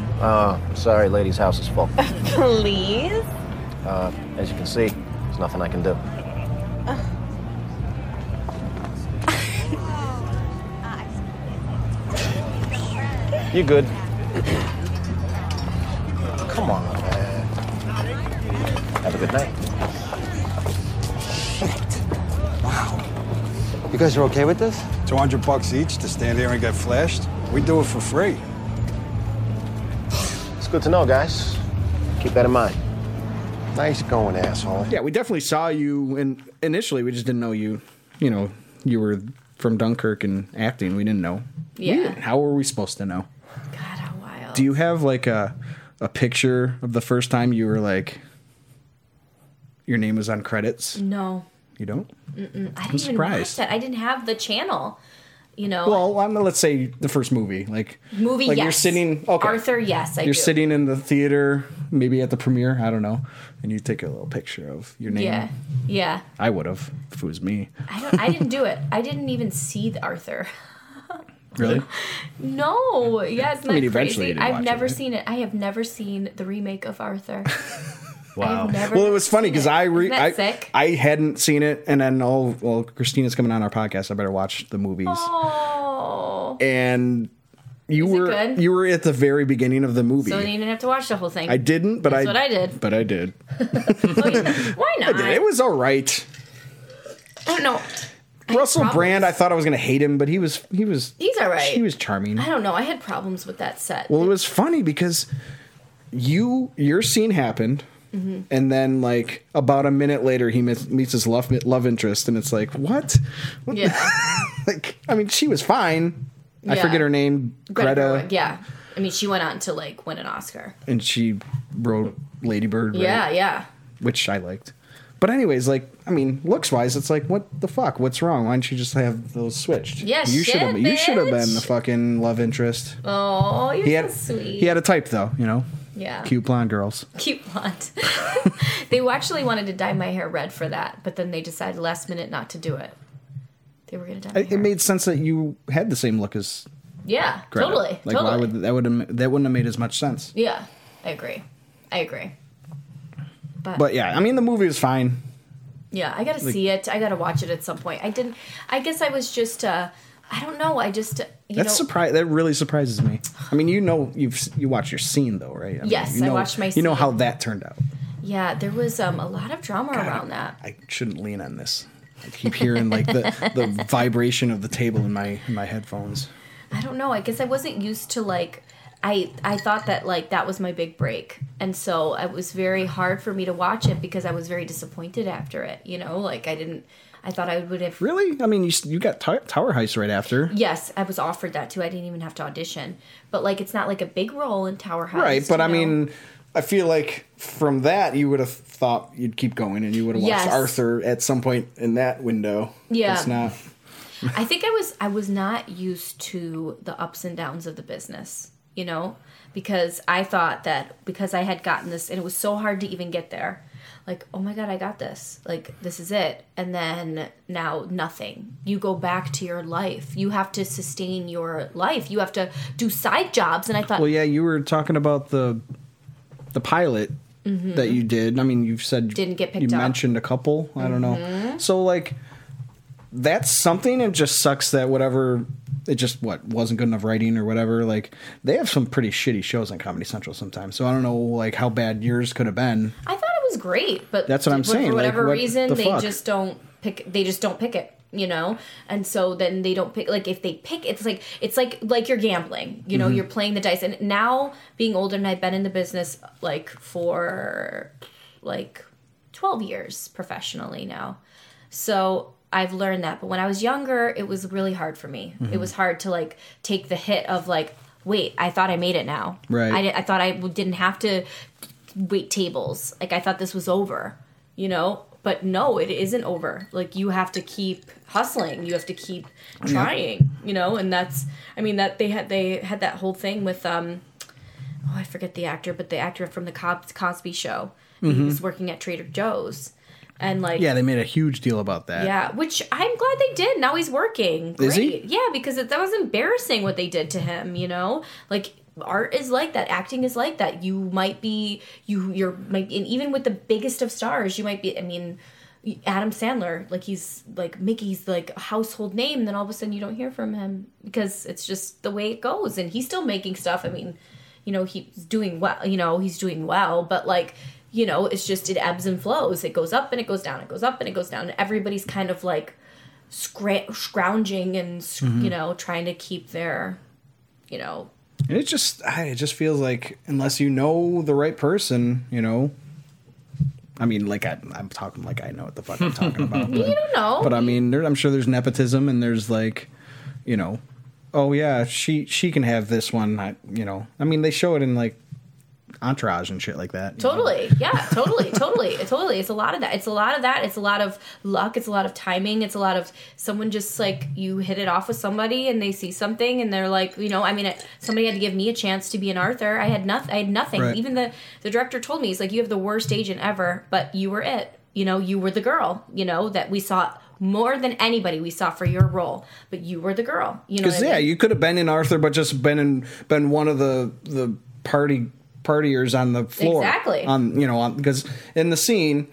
[SPEAKER 11] Sorry, ladies' house is full.
[SPEAKER 5] Please?
[SPEAKER 11] As you can see, there's nothing I can do. you good. Come on, man. Have a good night. Wow. You guys are okay with this?
[SPEAKER 10] 200 bucks each to stand here and get flashed? We do it for free.
[SPEAKER 11] It's good to know, guys. Keep that in mind. Nice going, asshole.
[SPEAKER 3] yeah we definitely saw you and initially we just didn't know you you know you were from dunkirk and acting we didn't know
[SPEAKER 6] yeah.
[SPEAKER 3] how were we supposed to know
[SPEAKER 6] God, how wild.
[SPEAKER 3] Do you have like a a picture of the first time you were like your name was on credits?
[SPEAKER 6] no.
[SPEAKER 3] You don't?
[SPEAKER 6] Mm-mm. I
[SPEAKER 3] I'm
[SPEAKER 6] didn't even watch
[SPEAKER 3] surprised.
[SPEAKER 6] that. I didn't have the channel. You know,
[SPEAKER 3] Well, I'm, let's say the first movie, like
[SPEAKER 6] movie.
[SPEAKER 3] like
[SPEAKER 6] yes.
[SPEAKER 3] you're sitting. Okay,
[SPEAKER 6] Arthur. Yes, I
[SPEAKER 3] you're
[SPEAKER 6] do.
[SPEAKER 3] sitting in the theater, maybe at the premiere. I don't know, and you take a little picture of your name.
[SPEAKER 6] Yeah, yeah.
[SPEAKER 3] I would have if it was me.
[SPEAKER 6] I don't. I didn't do it. I didn't even see the Arthur.
[SPEAKER 3] Really?
[SPEAKER 6] No, yeah, it's
[SPEAKER 3] I
[SPEAKER 6] not
[SPEAKER 3] mean, eventually you
[SPEAKER 6] crazy.
[SPEAKER 3] didn't watch
[SPEAKER 6] I've
[SPEAKER 3] it,
[SPEAKER 6] never seen it. I have never seen the remake of Arthur.
[SPEAKER 3] Wow.
[SPEAKER 6] never
[SPEAKER 3] Well, it was funny because I re-
[SPEAKER 6] Isn't that
[SPEAKER 3] I,
[SPEAKER 6] sick?
[SPEAKER 3] I hadn't seen it, and then oh well, Christina's coming on our podcast. I better watch the movies.
[SPEAKER 6] oh,
[SPEAKER 3] And you
[SPEAKER 6] it
[SPEAKER 3] were
[SPEAKER 6] good?
[SPEAKER 3] you were at the very beginning of the movie.
[SPEAKER 6] so you didn't have to watch the whole thing.
[SPEAKER 3] I didn't, but
[SPEAKER 6] That's
[SPEAKER 3] I
[SPEAKER 6] what I did.
[SPEAKER 3] But I did.
[SPEAKER 6] Why
[SPEAKER 3] I
[SPEAKER 6] not?
[SPEAKER 3] did. It was all right.
[SPEAKER 6] I don't know.
[SPEAKER 3] Russell
[SPEAKER 6] problems.
[SPEAKER 3] Brand, I thought I was going to hate him, but he was he was
[SPEAKER 6] He's all right.
[SPEAKER 3] He was charming.
[SPEAKER 6] I don't know. I had problems with that set.
[SPEAKER 3] Well, it was funny because you your scene happened,
[SPEAKER 6] Mhm.
[SPEAKER 3] and then like about a minute later, he meets, meets his love love interest, and it's like what? What the-
[SPEAKER 6] Yeah.
[SPEAKER 3] like I mean, she was fine. I
[SPEAKER 6] Yeah.
[SPEAKER 3] forget her name, Greta,
[SPEAKER 6] Gerwig, yeah. I mean, she went on to like win an Oscar.
[SPEAKER 3] and she wrote Lady Bird, right?
[SPEAKER 6] Yeah, yeah.
[SPEAKER 3] which I liked. But anyways, like I mean, looks wise, it's like what the fuck? What's wrong? Why don't you just have those switched?
[SPEAKER 6] Yeah,
[SPEAKER 3] you
[SPEAKER 6] shit,
[SPEAKER 3] have. You should have been the
[SPEAKER 6] bitch.
[SPEAKER 3] fucking love interest.
[SPEAKER 6] Oh, you're
[SPEAKER 3] he
[SPEAKER 6] so
[SPEAKER 3] had
[SPEAKER 6] sweet.
[SPEAKER 3] he had a type though, you know.
[SPEAKER 6] Yeah.
[SPEAKER 3] cute blonde girls.
[SPEAKER 6] cute blonde. they actually wanted to dye my hair red for that, but then they decided last minute not to do it. They were gonna dye. My
[SPEAKER 3] It, it made sense that you had the same look as
[SPEAKER 6] Yeah,
[SPEAKER 3] Greta.
[SPEAKER 6] totally,
[SPEAKER 3] Like
[SPEAKER 6] totally.
[SPEAKER 3] why would that would have that wouldn't have made as much sense?
[SPEAKER 6] Yeah, I agree. I agree. But,
[SPEAKER 3] But yeah, I mean the movie was fine.
[SPEAKER 6] yeah, I gotta
[SPEAKER 3] like-
[SPEAKER 6] see it. I gotta watch it at some point. I didn't. I guess I was just. uh I don't know. I just. uh, You
[SPEAKER 3] That's
[SPEAKER 6] know,
[SPEAKER 3] surprise. That really surprises me. I mean, you know, you've you watch your scene though, right? mean,
[SPEAKER 6] Yes,
[SPEAKER 3] you
[SPEAKER 6] I
[SPEAKER 3] know,
[SPEAKER 6] watched my
[SPEAKER 3] You know
[SPEAKER 6] scene.
[SPEAKER 3] how that turned out.
[SPEAKER 6] Yeah, there was um a lot of drama around that.
[SPEAKER 3] I shouldn't lean on this. I keep hearing like the, the vibration of the table in my in my headphones.
[SPEAKER 6] I don't know. I guess I wasn't used to like I I thought that like that was my big break. And so it was very hard for me to watch it because I was very disappointed after it, you know? Like I didn't I thought I would have
[SPEAKER 3] Really? I mean, you s- you got t- Tower Heist right after.
[SPEAKER 6] Yes, I was offered that too. I didn't even have to audition. But like it's not like a big role in Tower House.
[SPEAKER 3] Right, but I mean, I feel like from that you would have thought you'd keep going and you would have watched
[SPEAKER 6] Yes.
[SPEAKER 3] Arthur at some point in that window.
[SPEAKER 6] Yeah.
[SPEAKER 3] it's not.
[SPEAKER 6] I think I was I was not used to the ups and downs of the business, you know, because I thought that because I had gotten this and it was so hard to even get there. Like, oh my god, I got this. Like, this is it. And then now nothing. You go back to your life. You have to sustain your life. You have to do side jobs and I thought
[SPEAKER 3] Well, yeah, you were talking about the the pilot
[SPEAKER 6] Mhm.
[SPEAKER 3] that you did. I mean, you've said
[SPEAKER 6] Didn't get
[SPEAKER 3] You
[SPEAKER 6] picked up.
[SPEAKER 3] mentioned a couple. I don't know.
[SPEAKER 6] Mhm.
[SPEAKER 3] So like, that's something. It just sucks that whatever. It just what wasn't good enough writing or whatever. Like they have some pretty shitty shows on Comedy Central sometimes. So I don't know like how bad yours could have been.
[SPEAKER 6] I thought it was great, but
[SPEAKER 3] That's what I'm
[SPEAKER 6] for
[SPEAKER 3] saying,
[SPEAKER 6] For
[SPEAKER 3] like,
[SPEAKER 6] whatever
[SPEAKER 3] what
[SPEAKER 6] reason,
[SPEAKER 3] the
[SPEAKER 6] they
[SPEAKER 3] fuck?
[SPEAKER 6] just don't pick. They just don't pick it, you know. And so then they don't pick. Like if they pick, it's like it's like like you're gambling. You know,
[SPEAKER 3] Mm-hmm.
[SPEAKER 12] Mhm.
[SPEAKER 6] you're playing the dice. And now being older, and I've been in the business like for like 12 years professionally now. So I've learned that. But when I was younger, it was really hard for me. It
[SPEAKER 12] Mhm.
[SPEAKER 6] was hard to like take the hit of like, wait, I thought I made it now.
[SPEAKER 12] Right.
[SPEAKER 6] I, di- I thought I w- didn't have to wait tables. Like I thought this was over, you know? But no, it isn't over. Like you have to keep hustling. You have to keep
[SPEAKER 12] Yeah.
[SPEAKER 6] trying, you know? And that's I mean that they had they had that whole thing with um oh, I forget the actor, but the actor from the Cos- Cosby show. He
[SPEAKER 3] Mhm.
[SPEAKER 6] was working at Trader Joe's. And like
[SPEAKER 3] yeah, they made a huge deal about that.
[SPEAKER 6] yeah, which I'm glad they did. Now he's working. Great.
[SPEAKER 3] Is he?
[SPEAKER 6] Yeah, because it, that was embarrassing what they did to him. You know, like art is like that, acting is like that. You might be you you're might and even with the biggest of stars, you might be. I mean. Adam Sandler, like he's like Mickey's like a household name, then all of a sudden you don't hear from him because it's just the way it goes. And he's still making stuff. I mean, you know, he's doing well, you know, he's doing well, but like, you know, it's just it ebbs and flows. It goes up and it goes down, it goes up and it goes down. And everybody's kind of like scra- scrounging and, sc- you
[SPEAKER 3] Mhm.
[SPEAKER 6] know, trying to keep their, you know,
[SPEAKER 3] And it just, I- it just feels like unless you know the right person, you know. I mean, like I, I'm talking like I know what the fuck I'm talking about.
[SPEAKER 6] you don't know.
[SPEAKER 3] But I mean, there, I'm sure there's nepotism and there's like, you know, oh yeah, she she can have this one. I, you know, I mean, they show it in like Entourage and shit like that.
[SPEAKER 6] Totally. Yeah, totally. Totally. Totally. It's a lot of that. It's a lot of that. It's a lot of luck. It's a lot of timing. It's a lot of someone just like you hit it off with somebody and they see something and they're like, you know, I mean, it, somebody had to give me a chance to be an Arthur. I had nothing. I had nothing.
[SPEAKER 12] Right.
[SPEAKER 6] Even the the director told me, he's like, you have the worst agent ever, but you were it. You know, you were the girl, you know, that we saw more than anybody we saw for your role, but you were the girl. You know,
[SPEAKER 3] Because
[SPEAKER 6] what I
[SPEAKER 3] yeah,
[SPEAKER 6] mean?
[SPEAKER 3] you could have been in Arthur, but just been in been one of the the party partiers on the floor.
[SPEAKER 6] Exactly.
[SPEAKER 3] On you know on because in the scene,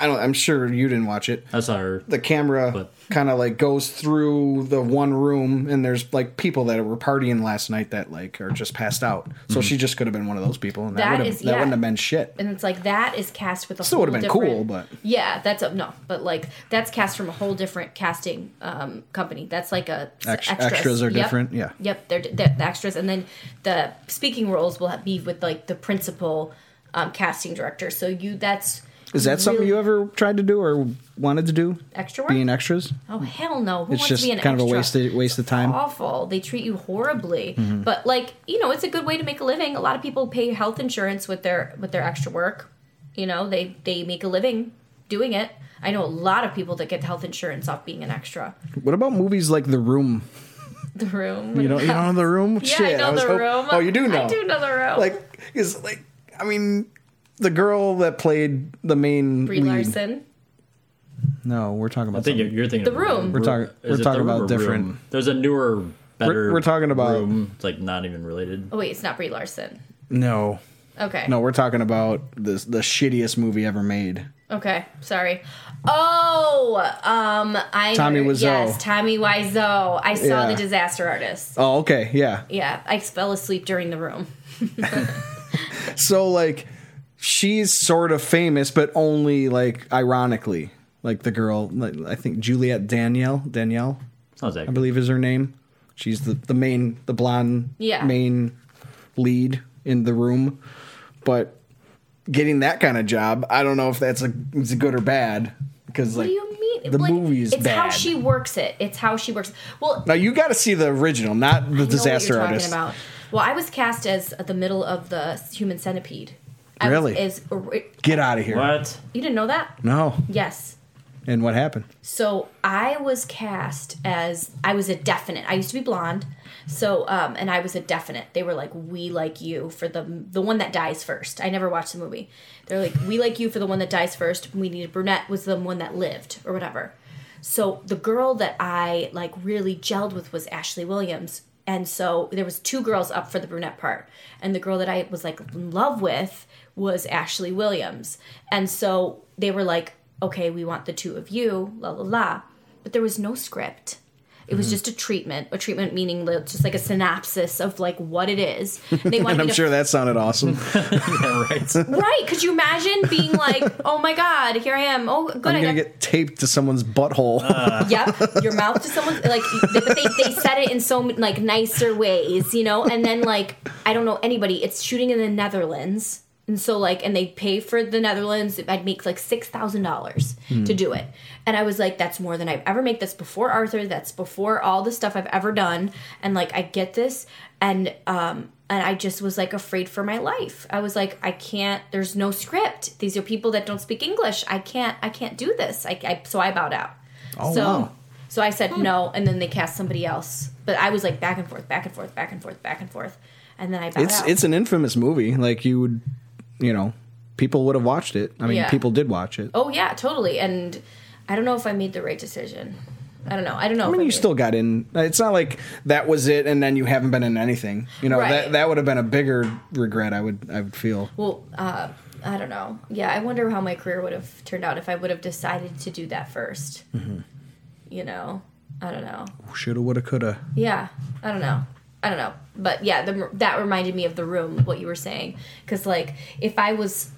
[SPEAKER 3] I don't. I'm sure you didn't watch it.
[SPEAKER 4] I saw her.
[SPEAKER 3] The camera kind of like goes through the one room, and there's like people that were partying last night that like are just passed out. So
[SPEAKER 4] Mhm.
[SPEAKER 3] she just could have been one of those people, and
[SPEAKER 6] That
[SPEAKER 3] that, would
[SPEAKER 6] is-
[SPEAKER 3] have that
[SPEAKER 6] yeah.
[SPEAKER 3] wouldn't have been shit.
[SPEAKER 6] and it's like that is cast with a
[SPEAKER 3] Still
[SPEAKER 6] whole
[SPEAKER 3] would have been
[SPEAKER 6] different,
[SPEAKER 3] cool, but
[SPEAKER 6] Yeah, that's a no, but like that's cast from a whole different casting um, company. That's like a
[SPEAKER 3] Ex- extras are
[SPEAKER 6] Yep.
[SPEAKER 3] different, yeah.
[SPEAKER 6] Yep, they're, they're the extras, and then the speaking roles will have, be with like the principal um, casting director. So you, that's
[SPEAKER 3] is that something you ever tried to do or wanted to do?
[SPEAKER 6] Extra work?
[SPEAKER 3] being extras.
[SPEAKER 6] Oh hell no! Who
[SPEAKER 3] it's
[SPEAKER 6] wants
[SPEAKER 3] just
[SPEAKER 6] to be an
[SPEAKER 3] kind of a
[SPEAKER 6] extra?
[SPEAKER 3] waste of, waste of time.
[SPEAKER 6] awful. They treat you horribly.
[SPEAKER 3] Mhm.
[SPEAKER 6] But like, you know, it's a good way to make a living. A lot of people pay health insurance with their with their extra work. You know, they they make a living doing it. I know a lot of people that get health insurance off being an extra.
[SPEAKER 3] What about movies like The Room?
[SPEAKER 6] The room.
[SPEAKER 3] You know, you don't know The Room.
[SPEAKER 6] Yeah,
[SPEAKER 3] Shit,
[SPEAKER 6] I know
[SPEAKER 3] was
[SPEAKER 6] the
[SPEAKER 3] hop-
[SPEAKER 6] room.
[SPEAKER 3] Oh, you do know.
[SPEAKER 6] I do know the room.
[SPEAKER 3] Like, is like, I mean, the girl that played the main
[SPEAKER 6] Brie
[SPEAKER 3] lead.
[SPEAKER 6] Larson.
[SPEAKER 3] No, we're talking about.
[SPEAKER 4] I think you're, you're thinking
[SPEAKER 6] The
[SPEAKER 4] of
[SPEAKER 6] Room.
[SPEAKER 3] We're talking.
[SPEAKER 4] Is
[SPEAKER 3] We're
[SPEAKER 4] it
[SPEAKER 3] talking
[SPEAKER 4] The Room
[SPEAKER 3] about
[SPEAKER 4] or
[SPEAKER 3] different.
[SPEAKER 4] Room? There's a newer, better.
[SPEAKER 3] we're talking about-
[SPEAKER 4] room. It's like not even related.
[SPEAKER 6] Oh wait, it's not Brie Larson.
[SPEAKER 3] No.
[SPEAKER 6] Okay.
[SPEAKER 3] No, we're talking about the the shittiest movie ever made.
[SPEAKER 6] Okay, sorry. Oh, um, I
[SPEAKER 3] Tommy
[SPEAKER 6] know-
[SPEAKER 3] Wiseau.
[SPEAKER 6] Yes, Tommy Wiseau. I saw
[SPEAKER 3] Yeah.
[SPEAKER 6] the Disaster Artist.
[SPEAKER 3] Oh, okay, yeah.
[SPEAKER 6] Yeah, I fell asleep during the room.
[SPEAKER 3] So like, she's sort of famous, but only like ironically. Like the girl, like, I think Juliette Danielle. Danielle.
[SPEAKER 4] Sounds accurate.
[SPEAKER 3] I believe is her name. She's the, the main, the blonde
[SPEAKER 4] Yeah.
[SPEAKER 3] main lead in the room. But getting that kind of job, I don't know if that's a, it's good or bad. Because
[SPEAKER 6] What
[SPEAKER 3] like
[SPEAKER 6] do you mean?
[SPEAKER 3] the
[SPEAKER 6] Like,
[SPEAKER 3] movie's
[SPEAKER 6] it's
[SPEAKER 3] bad.
[SPEAKER 6] how she works it. It's how she works. Well,
[SPEAKER 3] now you got to see the original, not the
[SPEAKER 6] I know what
[SPEAKER 3] disaster
[SPEAKER 6] you're talking
[SPEAKER 3] artist.
[SPEAKER 6] About. Well, I was cast as the middle of the human centipede. I
[SPEAKER 3] Really?
[SPEAKER 6] Was, is
[SPEAKER 3] Get out of here!
[SPEAKER 4] What?
[SPEAKER 6] you didn't know that?
[SPEAKER 3] No.
[SPEAKER 6] Yes.
[SPEAKER 3] And what happened?
[SPEAKER 6] So I was cast as I was a definite. I used to be blonde, so um, and I was a definite. They were like, "We like you for the the one that dies first. I never watched the movie. They're like, "We like you for the one that dies first. We need a brunette was the one that lived or whatever. So the girl that I like really gelled with was Ashley Williams, and so there was two girls up for the brunette part, and the girl that I was like in love with was Ashley Williams, and so they were like, okay, we want the two of you, la la la, but there was no script. It was
[SPEAKER 3] Mhm.
[SPEAKER 6] just a treatment, a treatment meaning li- just like a synopsis of like what it is. They
[SPEAKER 3] and
[SPEAKER 6] wanted
[SPEAKER 3] I'm
[SPEAKER 6] me to
[SPEAKER 3] sure that sounded awesome.
[SPEAKER 4] right.
[SPEAKER 6] Right? Could you imagine being like, "Oh my God, here I am. Oh, good,
[SPEAKER 3] I'm
[SPEAKER 6] I got
[SPEAKER 3] gonna get taped to someone's butthole.
[SPEAKER 6] yep your mouth to someone's like they, but they, they said it in so many, like nicer ways you know and then like i don't know anybody it's shooting in the netherlands and so like and they pay for the netherlands i'd make like $6000 to
[SPEAKER 12] Hmm.
[SPEAKER 6] do it and i was like that's more than i've ever made that's before arthur that's before all the stuff i've ever done and like i get this and um and i just was like afraid for my life i was like i can't there's no script these are people that don't speak english i can't i can't do this i, I so i bowed out
[SPEAKER 12] Oh,
[SPEAKER 6] so
[SPEAKER 12] wow.
[SPEAKER 6] so I said no, and then they cast somebody else. But I was like back and forth, back and forth, back and forth, back and forth, and then I bowed
[SPEAKER 3] it's
[SPEAKER 6] out.
[SPEAKER 3] it's an infamous movie. Like you would, you know, people would have watched it. I mean,
[SPEAKER 6] Yeah.
[SPEAKER 3] people did watch it.
[SPEAKER 6] oh yeah, totally. And I don't know if I made the right decision. I don't know. I don't know.
[SPEAKER 3] I
[SPEAKER 6] if
[SPEAKER 3] mean, you
[SPEAKER 6] made-
[SPEAKER 3] still got in. It's not like that was it, and then you haven't been in anything. You know
[SPEAKER 6] Right.
[SPEAKER 3] that that would have been a bigger regret. I would I would feel.
[SPEAKER 6] Well, uh, I don't know. Yeah, I wonder how my career would have turned out if I would have decided to do that first.
[SPEAKER 3] Mm-hmm.
[SPEAKER 6] You know, I don't know.
[SPEAKER 3] Shoulda, woulda, coulda.
[SPEAKER 6] Yeah, I don't know. I don't know. But yeah, the, that reminded me of the room, what you were saying. Because, like, if I was,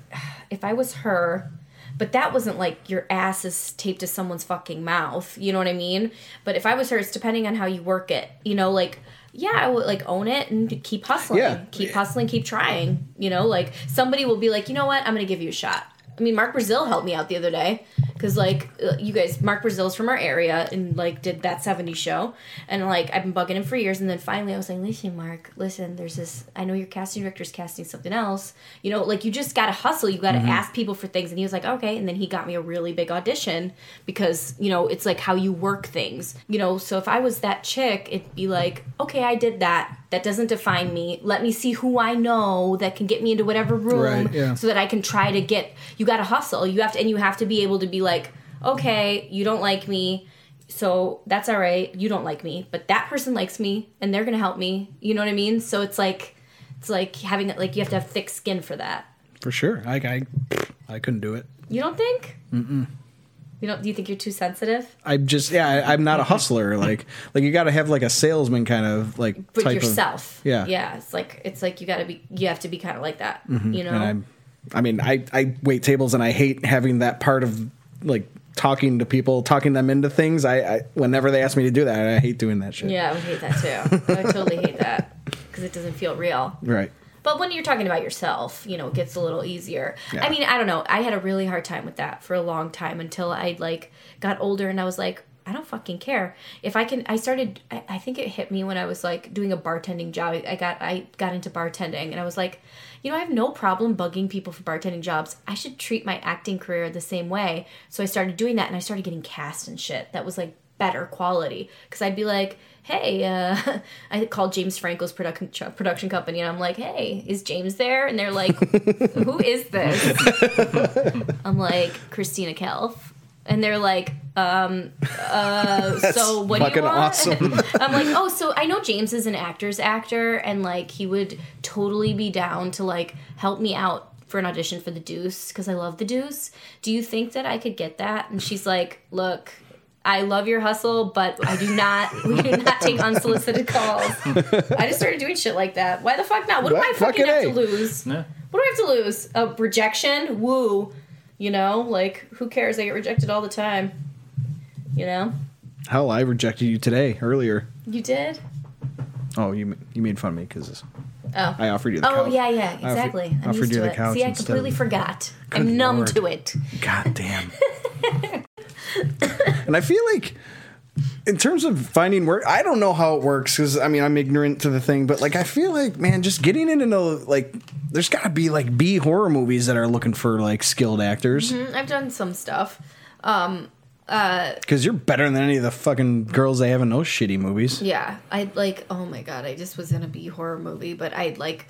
[SPEAKER 6] if I was her, but that wasn't like your ass is taped to someone's fucking mouth. You know what I mean? But if I was her, it's depending on how you work it. You know, like, yeah, I would like own it and keep hustling.
[SPEAKER 12] Yeah.
[SPEAKER 6] Keep hustling, keep trying. You know, like somebody will be like, you know what? I'm going to give you a shot. I mean, Mark Brazil helped me out the other day because because like uh, you guys, Mark Brazil's from our area and like did that '70s show, and like I've been bugging him for years, and then finally I was like, listen, Mark, listen, there's this. I know your casting director's casting something else. You know, like you just gotta hustle. You gotta
[SPEAKER 12] Mhm.
[SPEAKER 6] ask people for things, and he was like, okay, and then he got me a really big audition because you know it's like how you work things. You know, so if I was that chick, it'd be like, okay, I did that. That doesn't define me. Let me see who I know that can get me into whatever room
[SPEAKER 12] Right, yeah.
[SPEAKER 6] so that I can try to get you got to hustle. You have to and you have to be able to be like, "Okay, you don't like me. So that's all right. You don't like me, but that person likes me and they're going to help me." You know what I mean? So it's like it's like having like you have to have thick skin for that.
[SPEAKER 3] for sure. I I, I couldn't do it.
[SPEAKER 6] You don't think?
[SPEAKER 3] Mm-mm.
[SPEAKER 6] You don't do you think you're too sensitive?
[SPEAKER 3] I'm just yeah. I, I'm not a hustler. Like like you got to have like a salesman kind of like
[SPEAKER 6] But
[SPEAKER 3] type of-
[SPEAKER 6] yourself.
[SPEAKER 3] yeah.
[SPEAKER 6] Yeah, it's like it's like you got to be you have to be kind of like that,
[SPEAKER 3] Mhm.
[SPEAKER 6] you know?
[SPEAKER 3] And I'm, I mean, I I wait tables and I hate having that part of like talking to people, talking them into things. I, I whenever they ask me to do that, I hate doing that shit.
[SPEAKER 6] Yeah, I would hate that too. I would totally hate that because it doesn't feel real.
[SPEAKER 3] Right.
[SPEAKER 6] But when you're talking about yourself, you know, it gets a little easier.
[SPEAKER 3] Yeah.
[SPEAKER 6] I mean, I don't know. I had a really hard time with that for a long time until I like got older and I was like, I don't fucking care if I can. I started. I, I think it hit me when I was like doing a bartending job. I got I got into bartending and I was like, you know, I have no problem bugging people for bartending jobs. I should treat my acting career the same way. So I started doing that and I started getting cast and shit. That was like better quality because I'd be like, "Hey," uh, I called James Franco's production ch- production company, and I'm like, "Hey, is James there?" And they're like, "Who is this?" I'm like, "Christina Kelf," and they're like, um, uh,
[SPEAKER 3] That's
[SPEAKER 6] "So what do you
[SPEAKER 3] fucking
[SPEAKER 6] want?"
[SPEAKER 3] awesome.
[SPEAKER 6] I'm like, "Oh, so I know James is an actor's actor, and like he would totally be down to like help me out." For an audition for the Deuce, because I love the Deuce. Do you think that I could get that? And she's like, "Look, I love your hustle, but I do not. We do not take unsolicited calls. I just started doing shit like that. Why the fuck not? What do
[SPEAKER 12] Well,
[SPEAKER 6] I fucking
[SPEAKER 12] fucking
[SPEAKER 6] have to
[SPEAKER 12] A.
[SPEAKER 6] lose?
[SPEAKER 4] Yeah.
[SPEAKER 6] What do I have to lose? A rejection? Woo. You know, like who cares? I get rejected all the time. You know,
[SPEAKER 3] Hell, I rejected you today earlier.
[SPEAKER 6] you did.
[SPEAKER 3] Oh, you ma- you made fun of me because
[SPEAKER 6] Oh,
[SPEAKER 3] I offered you the
[SPEAKER 6] oh
[SPEAKER 3] couch.
[SPEAKER 6] yeah, yeah,
[SPEAKER 3] I offered-
[SPEAKER 6] exactly. I'm
[SPEAKER 3] offered
[SPEAKER 6] used
[SPEAKER 3] you
[SPEAKER 6] to
[SPEAKER 3] the
[SPEAKER 6] it.
[SPEAKER 3] couch
[SPEAKER 6] See, I
[SPEAKER 3] instead.
[SPEAKER 6] completely forgot.
[SPEAKER 3] Good
[SPEAKER 6] I'm numb
[SPEAKER 3] lord.
[SPEAKER 6] to it.
[SPEAKER 3] God damn. and I feel like in terms of finding work, I don't know how it works because I mean I'm ignorant to the thing, but like I feel like man, just getting into like there's got to be like B horror movies that are looking for like skilled actors
[SPEAKER 6] Mhm, I've done some stuff. Um, uh,
[SPEAKER 3] because you're better than any of the fucking girls they have in those shitty movies.
[SPEAKER 6] Yeah, I like. Oh my god, I just was in a B horror movie, but I like.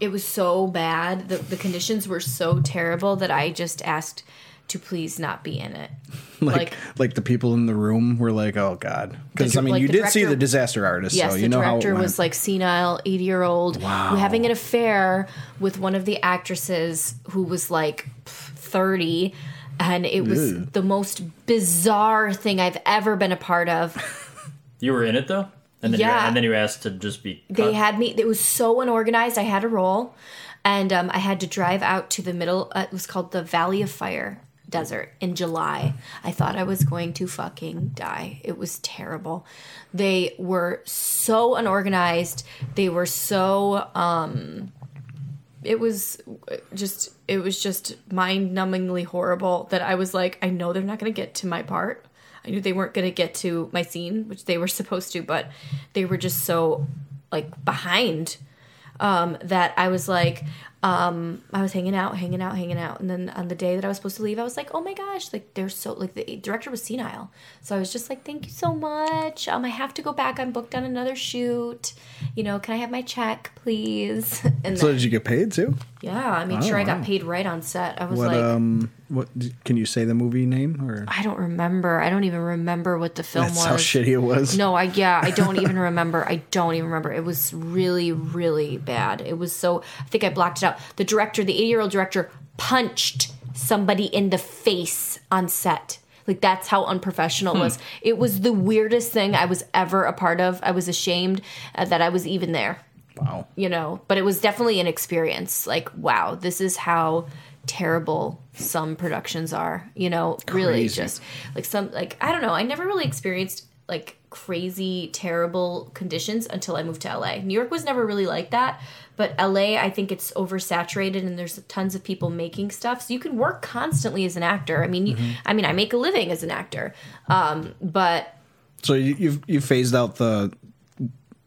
[SPEAKER 6] It was so bad. The the conditions were so terrible that I just asked to please not be in it.
[SPEAKER 3] Like,
[SPEAKER 6] Like-
[SPEAKER 3] like the people in the room were like, oh god,
[SPEAKER 6] The
[SPEAKER 3] because
[SPEAKER 6] dir-
[SPEAKER 3] I mean
[SPEAKER 6] like
[SPEAKER 3] you
[SPEAKER 6] the
[SPEAKER 3] did see
[SPEAKER 6] director-
[SPEAKER 3] the disaster artist,
[SPEAKER 6] yes,
[SPEAKER 3] so
[SPEAKER 6] the
[SPEAKER 3] you know how it
[SPEAKER 6] director
[SPEAKER 3] went.
[SPEAKER 6] was like senile, eighty year old,
[SPEAKER 3] Wow.
[SPEAKER 6] having an affair with one of the actresses who was like thirty, and it was
[SPEAKER 4] Ew.
[SPEAKER 6] the most bizarre thing I've ever been a part of.
[SPEAKER 4] You were in it though, and then you,
[SPEAKER 6] Yeah.
[SPEAKER 4] and then you asked to just be.
[SPEAKER 6] they
[SPEAKER 4] cut?
[SPEAKER 6] had me it was so unorganized i had a roll and um, i had to drive out to the middle uh, it was called the valley of fire desert in july i thought i was going to fucking die it was terrible they were so unorganized they were so um it was just it was just mind-numbingly horrible that i was like i know they're not going to get to my part i knew they weren't going to get to my scene which they were supposed to but they were just so like behind um that i was like um i was hanging out hanging out hanging out and then on the day that i was supposed to leave i was like oh my gosh like they're so like the director was senile so i was just like thank you so much um i have to go back i'm booked on another shoot you know can i have my check please and
[SPEAKER 3] so
[SPEAKER 6] then,
[SPEAKER 3] did you get paid too?
[SPEAKER 6] yeah i made
[SPEAKER 3] Oh,
[SPEAKER 6] sure i got
[SPEAKER 3] wow.
[SPEAKER 6] paid right on set i was
[SPEAKER 3] What
[SPEAKER 6] like
[SPEAKER 3] um what can you say the movie name or
[SPEAKER 6] I don't remember. I don't even remember what the film
[SPEAKER 3] That's
[SPEAKER 6] was.
[SPEAKER 3] how shitty it was?
[SPEAKER 6] No, I yeah, I don't even remember. I don't even remember. It was really, really bad. It was so. I think I blocked it out. The director, the eighty-year-old director, punched somebody in the face on set. Like that's how unprofessional it
[SPEAKER 12] Hmm.
[SPEAKER 6] was. It was the weirdest thing I was ever a part of. I was ashamed uh, that I was even there.
[SPEAKER 3] Wow.
[SPEAKER 6] You know, but it was definitely an experience. Like, wow, this is how terrible some productions are. You know, really
[SPEAKER 12] Crazy.
[SPEAKER 6] just like some like I don't know. I never really experienced like crazy terrible conditions until I moved to LA. New York was never really like that, but LA I think it's oversaturated and there's tons of people making stuff. So you can work constantly as an actor. I mean, you-
[SPEAKER 3] Mhm.
[SPEAKER 6] I mean, I make a living as an actor. Um, but
[SPEAKER 3] So you, you've you phased out the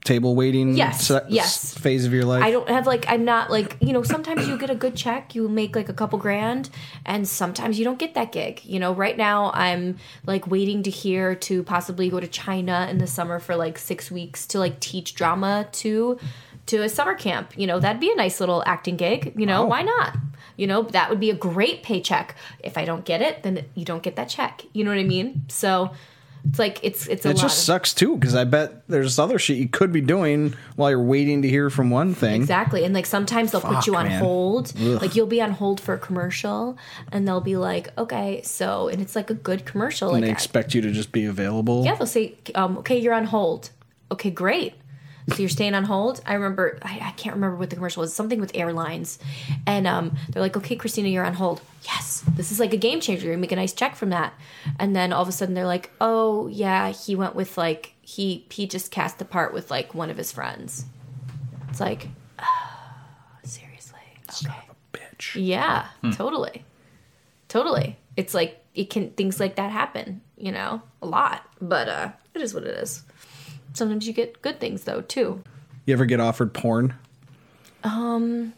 [SPEAKER 3] table waiting
[SPEAKER 6] Yes,
[SPEAKER 3] se-
[SPEAKER 6] yes.
[SPEAKER 3] phase of your life.
[SPEAKER 6] I don't have like I'm not like you know sometimes you get a good check you make like a couple grand and sometimes you don't get that gig you know right now I'm like waiting to hear to possibly go to China in the summer for like six weeks to like teach drama to to a summer camp you know that'd be a nice little acting gig you know
[SPEAKER 12] Wow.
[SPEAKER 6] why not you know that would be a great paycheck if I don't get it then you don't get that check you know what I mean so it's like it's it's a
[SPEAKER 3] it
[SPEAKER 6] lot
[SPEAKER 3] just
[SPEAKER 6] of
[SPEAKER 3] sucks too because I bet there's other shit you could be doing while you're waiting to hear from one thing.
[SPEAKER 6] Exactly. And like sometimes they'll
[SPEAKER 3] Fuck,
[SPEAKER 6] put you on
[SPEAKER 3] man.
[SPEAKER 6] hold.
[SPEAKER 3] Ugh.
[SPEAKER 6] Like you'll be on hold for a commercial and they'll be like, okay, so, and it's like a good commercial. Like,
[SPEAKER 3] and they expect you to just be available.
[SPEAKER 6] yeah, they'll say, um, okay, you're on hold. Okay, great. So you're staying on hold. I remember, I, I can't remember what the commercial was, something with airlines. And um, they're like, okay, Christina, you're on hold. Yes, this is like a game changer. You're gonna make a nice check from that. And then all of a sudden they're like, oh, yeah, he went with like, he, he just cast the part with like one of his friends. It's like, seriously. Okay. Yeah,
[SPEAKER 12] Hmm.
[SPEAKER 6] totally. Totally. It's like it can things like that happen, you know, a lot. But uh it is what it is. Sometimes you get good things though too.
[SPEAKER 3] You ever get offered porn?
[SPEAKER 6] Um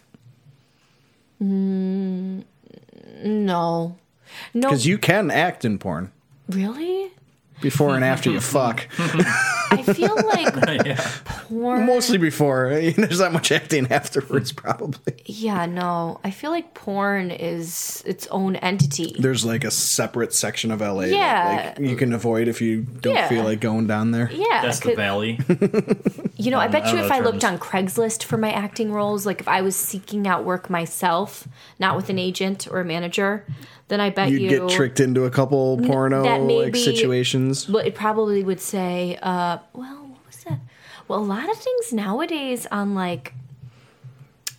[SPEAKER 6] mm, no. No.
[SPEAKER 3] Because you can act in porn
[SPEAKER 6] really?
[SPEAKER 3] before and after you fuck.
[SPEAKER 6] I feel like porn
[SPEAKER 3] Mostly before. There's not much acting afterwards, probably.
[SPEAKER 6] Yeah, no. I feel like porn is its own entity.
[SPEAKER 3] There's like a separate section of LA
[SPEAKER 6] Yeah.
[SPEAKER 3] that like, you can avoid if you don't
[SPEAKER 6] Yeah.
[SPEAKER 3] feel like going down there.
[SPEAKER 6] Yeah, That's the could-
[SPEAKER 4] valley.
[SPEAKER 6] You know, I
[SPEAKER 3] Um,
[SPEAKER 6] bet
[SPEAKER 3] I
[SPEAKER 6] you
[SPEAKER 3] don't
[SPEAKER 6] if
[SPEAKER 3] know
[SPEAKER 6] I looked on
[SPEAKER 3] terms.
[SPEAKER 6] Craigslist for my acting roles, like if I was seeking out work myself, not with an agent or a manager, then I bet
[SPEAKER 3] You'd
[SPEAKER 6] you
[SPEAKER 3] get tricked into a couple
[SPEAKER 6] N-
[SPEAKER 3] porno
[SPEAKER 6] that may
[SPEAKER 3] like
[SPEAKER 6] be-
[SPEAKER 3] situations.
[SPEAKER 6] Well, it probably would say, uh, well, what was that? Well, a lot of things nowadays on like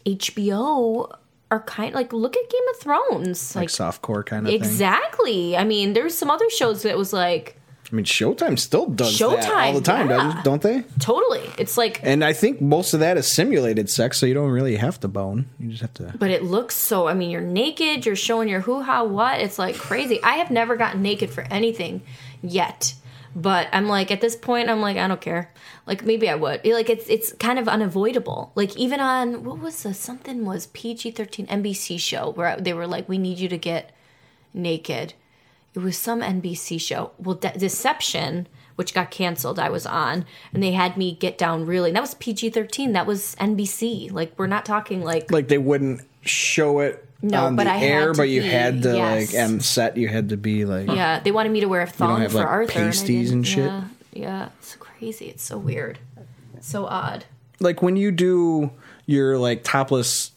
[SPEAKER 6] HBO are kind like look at Game of Thrones,
[SPEAKER 3] Like,
[SPEAKER 6] like,
[SPEAKER 3] softcore kind of thing.
[SPEAKER 6] exactly. I mean, there's some other shows that was like
[SPEAKER 3] I mean, Showtime still does that all
[SPEAKER 6] Showtime,
[SPEAKER 3] the time,
[SPEAKER 6] yeah.
[SPEAKER 3] doesn't- don't they?
[SPEAKER 6] totally. It's like
[SPEAKER 3] And I think most of that is simulated sex, so you don't really have to bone. You just have to.
[SPEAKER 6] But it looks so. I mean, you're naked. You're showing your hoo ha. What? It's like crazy. I have never gotten naked for anything yet. But I'm like at this point, I'm like I don't care. Like maybe I would. Like it's it's kind of unavoidable. Like even on what was the something was PG thirteen NBC show where they were like we need you to get naked. It was some NBC show. Well, De- Deception, which got canceled, I was on, and they had me get down really. And that was PG thirteen. That was NBC. Like we're not talking like
[SPEAKER 3] Like they wouldn't show it
[SPEAKER 6] No,
[SPEAKER 3] on
[SPEAKER 6] but
[SPEAKER 3] the
[SPEAKER 6] I had
[SPEAKER 3] air,
[SPEAKER 6] to
[SPEAKER 3] but you
[SPEAKER 6] be-
[SPEAKER 3] had to
[SPEAKER 6] yes.
[SPEAKER 3] like and set. You had to be like
[SPEAKER 6] Yeah, they wanted me to wear a thong
[SPEAKER 3] don't have,
[SPEAKER 6] for
[SPEAKER 3] like,
[SPEAKER 6] Arthur. I
[SPEAKER 3] pasties and
[SPEAKER 6] didn't.
[SPEAKER 3] shit?
[SPEAKER 6] Yeah, yeah, it's crazy. It's so weird. It's so odd.
[SPEAKER 3] like when you do your like topless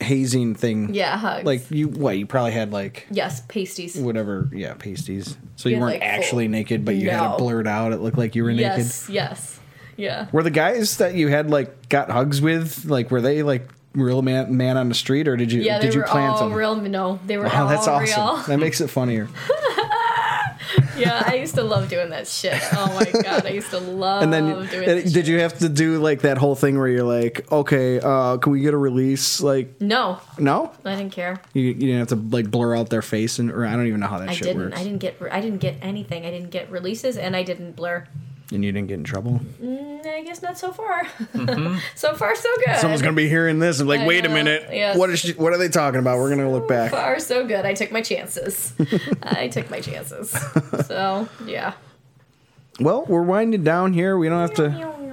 [SPEAKER 3] hazing thing.
[SPEAKER 6] Yeah, hugs.
[SPEAKER 3] Like you, what you probably had like
[SPEAKER 6] Yes, pasties.
[SPEAKER 3] whatever, yeah, pasties. So you
[SPEAKER 6] Yeah,
[SPEAKER 3] weren't
[SPEAKER 6] like,
[SPEAKER 3] actually
[SPEAKER 6] full-
[SPEAKER 3] naked, but you had
[SPEAKER 6] No.
[SPEAKER 3] it blurred out. It looked like you were naked.
[SPEAKER 6] Yes, yes, yeah.
[SPEAKER 3] Were the guys that you had like got hugs with like were they like real man man on the street or did you
[SPEAKER 6] yeah, they
[SPEAKER 3] did you
[SPEAKER 6] were
[SPEAKER 3] plant
[SPEAKER 6] all
[SPEAKER 3] them?
[SPEAKER 6] real. No, they were
[SPEAKER 3] wow,
[SPEAKER 6] all
[SPEAKER 3] that's awesome.
[SPEAKER 6] real.
[SPEAKER 3] That makes it funnier.
[SPEAKER 6] yeah, I used to love doing that shit. Oh my god, I used to love
[SPEAKER 3] and then
[SPEAKER 6] Oh, doing
[SPEAKER 3] and
[SPEAKER 6] that shit.
[SPEAKER 3] did you have to do like that whole thing where you're like, okay, uh, can we get a release? Like,
[SPEAKER 6] No,
[SPEAKER 3] no,
[SPEAKER 6] I didn't care.
[SPEAKER 3] you you didn't have to like blur out their face and or I don't even know how that
[SPEAKER 6] I
[SPEAKER 3] shit
[SPEAKER 6] didn't.
[SPEAKER 3] works.
[SPEAKER 6] I didn't get. I didn't get anything. I didn't get releases, and I didn't blur.
[SPEAKER 3] and you didn't get in trouble.
[SPEAKER 6] Mm, I guess not so far.
[SPEAKER 3] Mm-hmm.
[SPEAKER 6] so far, so good.
[SPEAKER 3] Someone's gonna be hearing this and be like,
[SPEAKER 6] I
[SPEAKER 3] wait a
[SPEAKER 6] know,
[SPEAKER 3] minute,
[SPEAKER 6] yes. Oh,
[SPEAKER 3] what is she, what are they talking about? We're gonna look back.
[SPEAKER 6] far so good. I took my chances. I took my chances. So yeah.
[SPEAKER 3] Well, we're winding down here. We don't have to.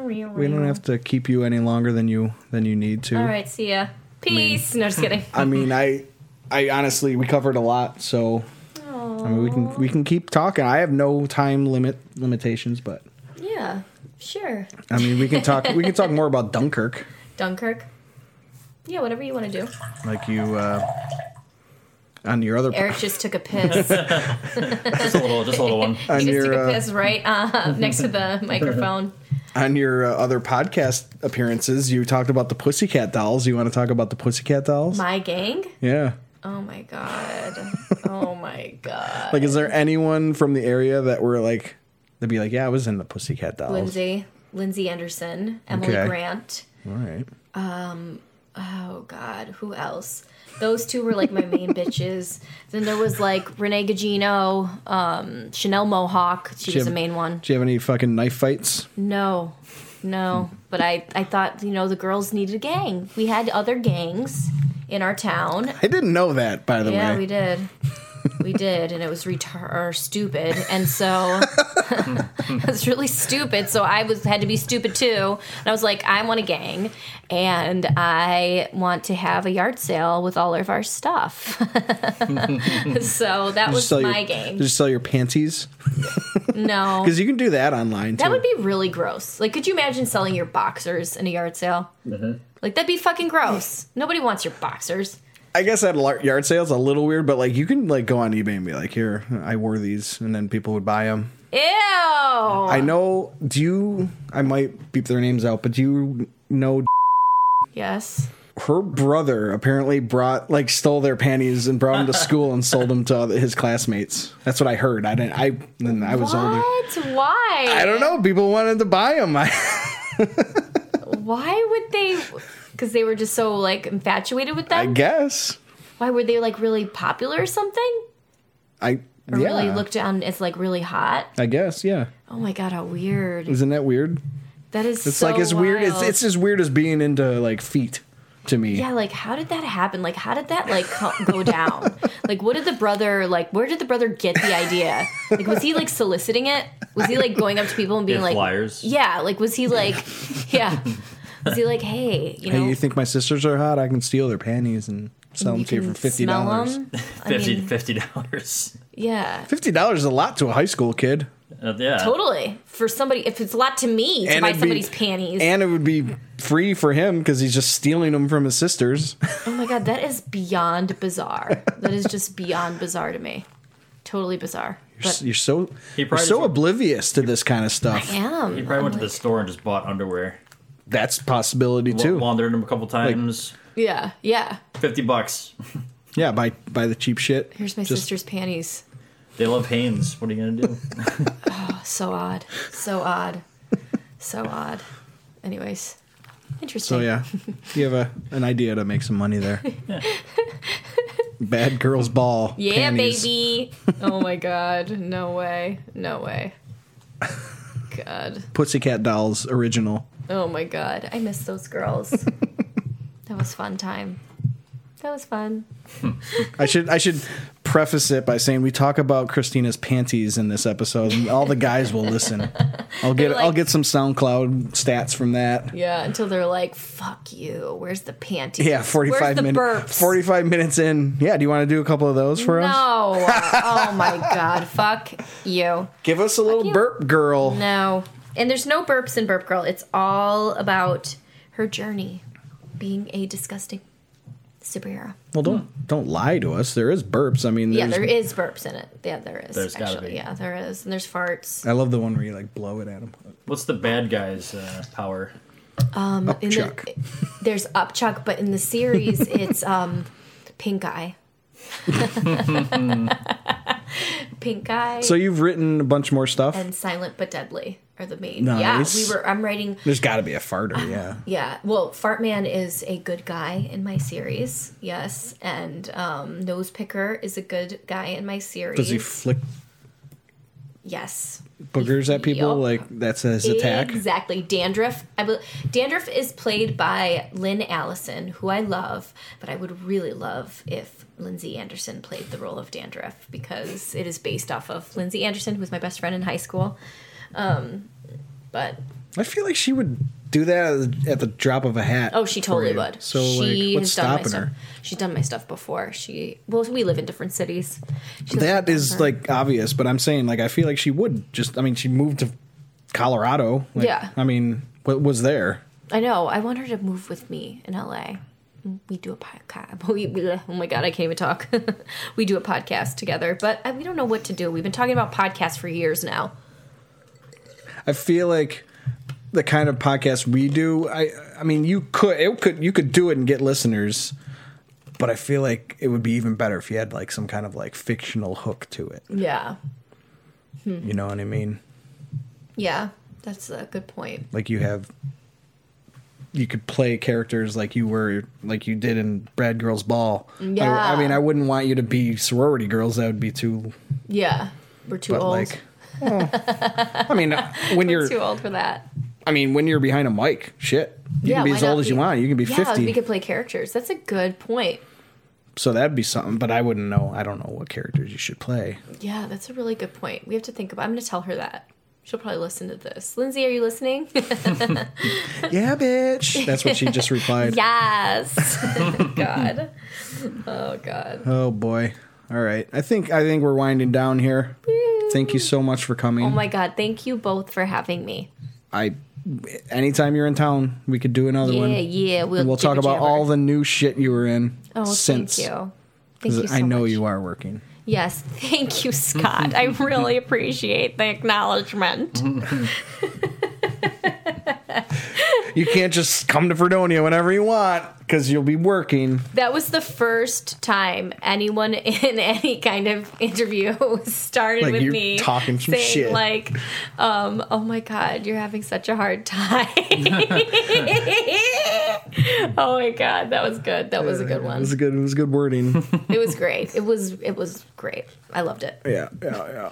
[SPEAKER 3] We don't have to keep you any longer than you than you need to.
[SPEAKER 6] All right. See ya. Peace. no, just kidding.
[SPEAKER 3] I mean, I, I honestly, we covered a lot, so I mean, we can we can keep talking. I have no time limit limitations, but
[SPEAKER 6] yeah. Sure.
[SPEAKER 3] I mean, we can talk we can talk more about Dunkirk,
[SPEAKER 6] Dunkirk. Yeah. Whatever you want to do.
[SPEAKER 3] like you uh, on your other
[SPEAKER 6] Eric just took a piss.
[SPEAKER 3] just
[SPEAKER 4] a little, just a little one.
[SPEAKER 6] he
[SPEAKER 3] On
[SPEAKER 6] just
[SPEAKER 3] your
[SPEAKER 6] took a
[SPEAKER 3] uh,
[SPEAKER 6] piss right uh, next to the microphone.
[SPEAKER 3] on your uh, other podcast appearances, you talked about the Pussycat Dolls. You want to talk about the Pussycat Dolls?
[SPEAKER 6] My gang.
[SPEAKER 3] yeah.
[SPEAKER 6] Oh my god. Oh my god. uh,
[SPEAKER 3] Like, is there anyone from the area that we're like They'd be like, yeah, I was in the Pussycat Dolls.
[SPEAKER 6] Lindsay, Lindsay Anderson, Emily
[SPEAKER 3] Okay.
[SPEAKER 6] Grant.
[SPEAKER 3] All right.
[SPEAKER 6] Um, oh God, who else? Those two were like my main bitches. Then there was like Renee Gugino, um, Chanel Mohawk. She
[SPEAKER 3] Do you
[SPEAKER 6] was the
[SPEAKER 3] have-
[SPEAKER 6] main one.
[SPEAKER 3] Do you have any fucking knife fights?
[SPEAKER 6] No, no. But I, I thought you know the girls needed a gang. We had other gangs in our town.
[SPEAKER 3] I didn't know that, by the
[SPEAKER 6] yeah,
[SPEAKER 3] way.
[SPEAKER 6] we did. We did, and it was retar or stupid, and so it was really stupid. So I was had to be stupid too, and I was like, I want a gang, and I want to have a yard sale with all of our stuff. so that
[SPEAKER 3] Did you
[SPEAKER 6] was
[SPEAKER 3] sell your-
[SPEAKER 6] my gang.
[SPEAKER 3] Did you sell your panties?
[SPEAKER 6] No,
[SPEAKER 3] Because you can do that online too.
[SPEAKER 6] that would be really gross. Like, could you imagine selling your boxers in a yard sale?
[SPEAKER 3] Mm-hmm.
[SPEAKER 6] Like, that'd be fucking gross. Nobody wants your boxers.
[SPEAKER 3] I guess at lar- yard sales a little weird, but like you can like go on eBay and be like, "Here, I wore these," and then people would buy them.
[SPEAKER 6] Ew.
[SPEAKER 3] I
[SPEAKER 6] I
[SPEAKER 3] know. Do you? I might beep their names out, but do you know?
[SPEAKER 6] Yes.
[SPEAKER 3] Her brother apparently brought like stole their panties and brought them to school and sold them to other, his classmates. That's what I heard. I didn't. I then I was older.
[SPEAKER 6] What? Why?
[SPEAKER 3] I don't know. People wanted to buy them. I,
[SPEAKER 6] Why would they? Because they were just so like infatuated with
[SPEAKER 3] I
[SPEAKER 6] them.
[SPEAKER 3] guess.
[SPEAKER 6] Why were they like really popular or something?
[SPEAKER 3] I
[SPEAKER 6] Or
[SPEAKER 3] yeah.
[SPEAKER 6] really looked on as like really hot?
[SPEAKER 3] I guess. Yeah.
[SPEAKER 6] Oh my god, how weird!
[SPEAKER 3] Isn't that weird?
[SPEAKER 6] That is.
[SPEAKER 3] It's
[SPEAKER 6] so
[SPEAKER 3] like as weird. It's
[SPEAKER 6] wild.
[SPEAKER 3] it's as weird as being into like feet to me.
[SPEAKER 6] Yeah, like how did that happen? Like how did that like co- go down? like what did the brother like? Where did the brother get the idea? Like was he like soliciting it? Was he like going up to people and being
[SPEAKER 4] Yeah,
[SPEAKER 6] like
[SPEAKER 4] flyers.
[SPEAKER 6] Yeah, like was he like yeah? Was he like hey you know
[SPEAKER 3] Hey, you think my sisters are hot? I can steal their panties and sell them to you
[SPEAKER 6] can
[SPEAKER 3] for fifty
[SPEAKER 6] smell
[SPEAKER 3] dollars.
[SPEAKER 6] 'em? I mean,
[SPEAKER 4] Fifty fifty dollars.
[SPEAKER 6] yeah.
[SPEAKER 3] Fifty dollars is a lot to a high school kid,
[SPEAKER 4] Uh, yeah.
[SPEAKER 6] Totally. For somebody, if it's a lot to me to
[SPEAKER 3] And
[SPEAKER 6] buy
[SPEAKER 3] it'd be-
[SPEAKER 6] somebody's panties.
[SPEAKER 3] and it would be free for him because he's just stealing them from his sisters.
[SPEAKER 6] oh my God, that is beyond bizarre. that is just beyond bizarre to me. Totally bizarre.
[SPEAKER 3] You're, s- you're so you're
[SPEAKER 4] probably
[SPEAKER 3] so
[SPEAKER 4] just-
[SPEAKER 3] oblivious to this kind of stuff.
[SPEAKER 6] I am.
[SPEAKER 4] He probably
[SPEAKER 6] I'm
[SPEAKER 4] went to
[SPEAKER 6] like-
[SPEAKER 4] the store and just bought underwear.
[SPEAKER 3] That's a possibility
[SPEAKER 4] Wa-
[SPEAKER 3] too.
[SPEAKER 4] Wandered him a couple times.
[SPEAKER 6] Yeah, yeah.
[SPEAKER 4] Fifty bucks.
[SPEAKER 3] Yeah, by by the cheap shit.
[SPEAKER 6] Here's my
[SPEAKER 3] Just-
[SPEAKER 6] sister's panties.
[SPEAKER 4] They love Hanes. What are you gonna do?
[SPEAKER 6] Oh, so odd. So odd. so odd. Anyways, interesting.
[SPEAKER 3] So yeah, you have a, an idea to make some money there. Bad girls ball.
[SPEAKER 6] Yeah,
[SPEAKER 3] panties.
[SPEAKER 6] baby. oh my God. No way. No way. God.
[SPEAKER 3] Pussycat dolls original.
[SPEAKER 6] Oh my god, I miss those girls. that was fun time. That was fun.
[SPEAKER 3] I should I should preface it by saying we talk about Christina's panties in this episode, and all the guys will listen. I'll get I'll get some SoundCloud stats from that.
[SPEAKER 6] Yeah, until they're like, "Fuck you. Where's the panties?
[SPEAKER 3] Yeah, forty
[SPEAKER 6] Where's
[SPEAKER 3] five
[SPEAKER 6] the
[SPEAKER 3] minutes.
[SPEAKER 6] burps?
[SPEAKER 3] Forty five minutes in. Yeah, do you want to do a couple of those for
[SPEAKER 6] no.
[SPEAKER 3] us?
[SPEAKER 6] oh my god. Fuck you.
[SPEAKER 3] Give us a little burp, girl.
[SPEAKER 6] No. And there's no burps in Burp Girl. It's all about her journey being a disgusting superhero.
[SPEAKER 3] Well, don't don't lie to us. There is burps. I mean,
[SPEAKER 6] Yeah,
[SPEAKER 3] there's-
[SPEAKER 6] there is burps in it. Yeah, there is.
[SPEAKER 4] There's gotta
[SPEAKER 6] actually,
[SPEAKER 4] be.
[SPEAKER 6] yeah, there is. And there's farts.
[SPEAKER 3] I love the one where you like blow it at him.
[SPEAKER 4] What's the bad guy's uh, power?
[SPEAKER 6] Um, in
[SPEAKER 3] Upchuck.
[SPEAKER 6] The, there's Upchuck, but in the series, it's um, Pink Eye. Pink Eye
[SPEAKER 3] So you've written a bunch more stuff.
[SPEAKER 6] and Silent but Deadly are the main.
[SPEAKER 3] Nice.
[SPEAKER 6] Yeah, we were. I'm writing.
[SPEAKER 3] There's got to be a farter. Yeah.
[SPEAKER 6] Yeah, well, Fart Man is a good guy in my series. Yes, and um, Nose Picker is a good guy in my series.
[SPEAKER 3] Does he flick
[SPEAKER 6] yes.
[SPEAKER 3] boogers at people?
[SPEAKER 6] Yup.
[SPEAKER 3] Like that's his attack.
[SPEAKER 6] Exactly. Dandruff. I bel Dandruff is played by Lynn Allison, who I love, but I would really love if Lindsay Anderson played the role of Dandruff because it is based off of Lindsay Anderson, who was my best friend in high school. Um, but
[SPEAKER 3] I feel like she would do that at the drop of a hat.
[SPEAKER 6] oh, she totally
[SPEAKER 3] for you.
[SPEAKER 6] would.
[SPEAKER 3] So
[SPEAKER 6] she
[SPEAKER 3] like, what's
[SPEAKER 6] done my
[SPEAKER 3] stopping
[SPEAKER 6] stuff.
[SPEAKER 3] her?
[SPEAKER 6] She's done my stuff before. She well, we live in different cities. She lives
[SPEAKER 3] That
[SPEAKER 6] in
[SPEAKER 3] is
[SPEAKER 6] Denver.
[SPEAKER 3] like obvious, but I'm saying like I feel like she would just. I mean, she moved to Colorado. Like,
[SPEAKER 6] Yeah.
[SPEAKER 3] I mean, what was there?
[SPEAKER 6] I know. I want her to move with me in LA. We do a podcast. We, we- oh my god, I can't even talk. we do a podcast together, but I, we don't know what to do. We've been talking about podcasts for years now.
[SPEAKER 3] I feel like the kind of podcast we do. I I mean, you could it could you could do it and get listeners. But I feel like it would be even better if you had like some kind of like fictional hook to it.
[SPEAKER 6] Yeah,
[SPEAKER 3] You know what I mean?
[SPEAKER 6] Yeah, that's a good point.
[SPEAKER 3] Like you have, you could play characters like you were, like you did in Brad Girls Ball. I- I,
[SPEAKER 6] Yeah.
[SPEAKER 3] mean, I wouldn't want you to be sorority girls. That would be too.
[SPEAKER 6] Yeah, we're too
[SPEAKER 3] But,
[SPEAKER 6] old.
[SPEAKER 3] like, I mean, uh, when
[SPEAKER 6] we're
[SPEAKER 3] you're,
[SPEAKER 6] too old for that.
[SPEAKER 3] I mean, when you're behind a mic, shit, you can be
[SPEAKER 6] why
[SPEAKER 3] as old
[SPEAKER 6] not
[SPEAKER 3] as you want. You can be
[SPEAKER 6] yeah,
[SPEAKER 3] fifty.
[SPEAKER 6] We could play characters. That's a good point.
[SPEAKER 3] So that'd be something. But I wouldn't know. I don't know what characters you should play.
[SPEAKER 6] Yeah, that's a really good point. We have to think about. I'm going to tell her that. She'll probably listen to this. Lindsay, are you listening?
[SPEAKER 3] yeah, bitch. That's what she just replied.
[SPEAKER 6] yes. God. Oh God.
[SPEAKER 3] Oh boy. All right. I think I think we're winding down here. Thank you so much for coming.
[SPEAKER 6] Oh my God. Thank you both for having me.
[SPEAKER 3] I anytime you're in town, we could do another
[SPEAKER 6] yeah,
[SPEAKER 3] one.
[SPEAKER 6] yeah.
[SPEAKER 3] We'll,
[SPEAKER 6] We'll,
[SPEAKER 3] we'll
[SPEAKER 6] give
[SPEAKER 3] talk
[SPEAKER 6] a
[SPEAKER 3] about
[SPEAKER 6] jabber.
[SPEAKER 3] all the new shit you were in
[SPEAKER 6] Oh,
[SPEAKER 3] since.
[SPEAKER 6] thank you. Thank
[SPEAKER 3] 'Cause
[SPEAKER 6] you so
[SPEAKER 3] I know
[SPEAKER 6] much.
[SPEAKER 3] you are working.
[SPEAKER 6] Yes, thank you, Scott. I really appreciate the acknowledgement.
[SPEAKER 3] You can't just come to Fredonia whenever you want because you'll be working.
[SPEAKER 6] That was the first time anyone in any kind of interview started
[SPEAKER 3] Like,
[SPEAKER 6] with
[SPEAKER 3] you're
[SPEAKER 6] me
[SPEAKER 3] talking some
[SPEAKER 6] saying
[SPEAKER 3] shit.
[SPEAKER 6] like, um, "Oh my God, you're having such a hard time." oh my God, that was good. That was a good
[SPEAKER 3] It
[SPEAKER 6] one.
[SPEAKER 3] was good. It was good wording.
[SPEAKER 6] It was great. It was it was great. I loved it.
[SPEAKER 3] yeah, yeah, yeah.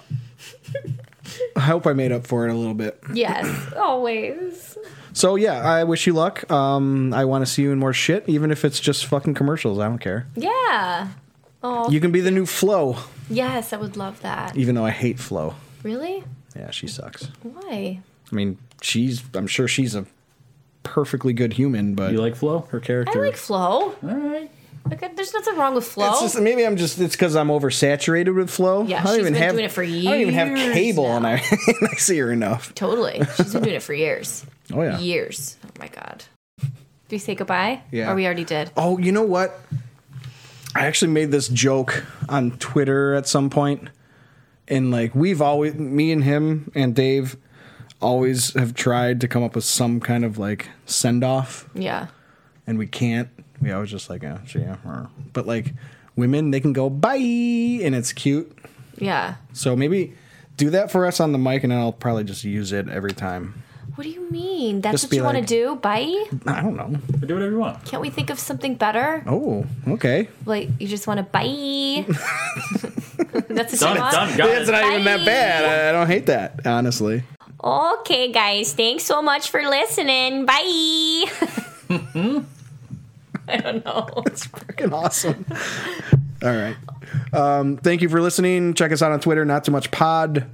[SPEAKER 3] I hope I made up for it a little bit.
[SPEAKER 6] Yes, always.
[SPEAKER 3] So yeah, I wish you luck. Um, I want to see you in more shit, even if it's just fucking commercials. I don't care.
[SPEAKER 6] Yeah. Oh.
[SPEAKER 3] You can be the new Flo,
[SPEAKER 6] yes, I would love that.
[SPEAKER 3] even though I hate Flo.
[SPEAKER 6] Really?
[SPEAKER 3] Yeah, she sucks.
[SPEAKER 6] Why?
[SPEAKER 3] I mean, she's. I'm sure she's a perfectly good human, but you
[SPEAKER 4] like Flo, her
[SPEAKER 6] I
[SPEAKER 3] character.
[SPEAKER 6] like Flo. All right. Okay, there's nothing wrong with Flo.
[SPEAKER 3] It's just maybe I'm just. It's because I'm oversaturated with Flo.
[SPEAKER 6] Yeah,
[SPEAKER 3] I don't
[SPEAKER 6] she's
[SPEAKER 3] even
[SPEAKER 6] been
[SPEAKER 3] have,
[SPEAKER 6] doing it for
[SPEAKER 3] I don't even have
[SPEAKER 6] years
[SPEAKER 3] cable, and I, and I see her enough.
[SPEAKER 6] Totally. She's been doing it for years.
[SPEAKER 3] Oh, yeah.
[SPEAKER 6] Years. Oh my god. Do we say goodbye?
[SPEAKER 3] Yeah.
[SPEAKER 6] Or we already did.
[SPEAKER 3] Oh, you know what? I actually made this joke on Twitter at some point, and like we've always, me and him and Dave, always have tried to come up with some kind of like send off
[SPEAKER 6] Yeah.
[SPEAKER 3] and we can't. We always just like, oh, yeah. rah. But like women, they can go bye, and it's cute.
[SPEAKER 6] Yeah.
[SPEAKER 3] So maybe do that for us on the mic, and then I'll probably just use it every time.
[SPEAKER 6] What do you mean? That's
[SPEAKER 3] Just
[SPEAKER 6] what
[SPEAKER 3] be
[SPEAKER 6] you want
[SPEAKER 3] like-
[SPEAKER 6] to do? Bye?
[SPEAKER 3] I don't know.
[SPEAKER 4] do whatever you want.
[SPEAKER 6] Can't we think of something better?
[SPEAKER 3] Oh, okay.
[SPEAKER 6] Like you just want to bye. That's a
[SPEAKER 3] Done,
[SPEAKER 6] you want?
[SPEAKER 3] done, got That's it. not even that bad. I, I don't hate that, honestly.
[SPEAKER 6] Okay, guys. Thanks so much for listening. Bye. I don't know.
[SPEAKER 3] It's freaking awesome. All right. Um, thank you for listening. Check us out on Twitter, not too much pod.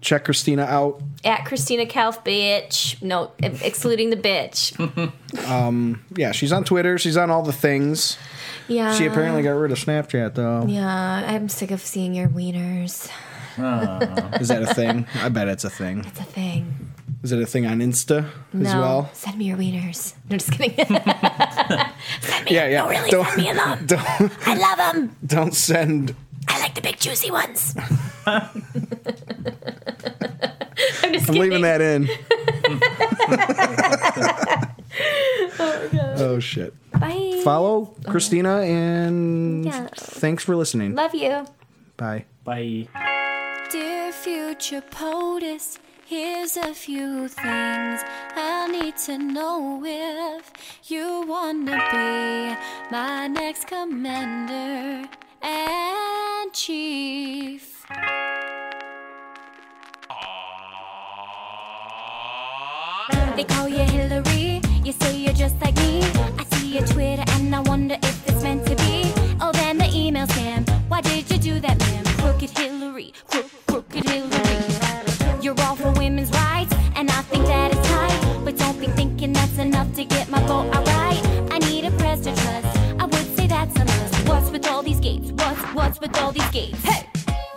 [SPEAKER 3] Check Christina out.
[SPEAKER 6] At Christina Kalf, bitch. No, excluding the bitch.
[SPEAKER 3] Um, yeah, she's on Twitter. She's on all the things.
[SPEAKER 6] Yeah.
[SPEAKER 3] She apparently
[SPEAKER 6] Uh.
[SPEAKER 3] got rid of Snapchat though.
[SPEAKER 6] Yeah, I'm sick of seeing your wieners.
[SPEAKER 3] Is that a thing? I bet it's a thing.
[SPEAKER 6] It's a thing.
[SPEAKER 3] Is it a thing on Insta as
[SPEAKER 6] no,
[SPEAKER 3] well?
[SPEAKER 6] send me your wieners. No, just kidding.
[SPEAKER 3] yeah, yeah.
[SPEAKER 6] don't really send me them.
[SPEAKER 3] Don't,
[SPEAKER 6] I love them.
[SPEAKER 3] don't send.
[SPEAKER 6] I like the big juicy ones. I'm just
[SPEAKER 3] I'm
[SPEAKER 6] kidding.
[SPEAKER 3] leaving that in.
[SPEAKER 6] Oh, my God.
[SPEAKER 3] Oh shit.
[SPEAKER 6] Bye.
[SPEAKER 3] Follow Christina and
[SPEAKER 9] Yeah.
[SPEAKER 3] thanks for listening.
[SPEAKER 9] Love you.
[SPEAKER 3] Bye.
[SPEAKER 4] Bye.
[SPEAKER 9] Dear future POTUS, here's a few things I need to know if you wanna be my next commander and chief. They call you Hillary, you say you're just like me. I see your Twitter and I wonder if it's meant to be. Oh, then the email scam. Why did you do that, ma'am? Crooked Hillary, crook, crooked Hillary. You're all for women's rights, and I think that it's high. But don't be thinking that's enough to get my vote alright. I need a press to trust. I would say that's a must. What's with all these gates? What's what's with all these gates? Hey,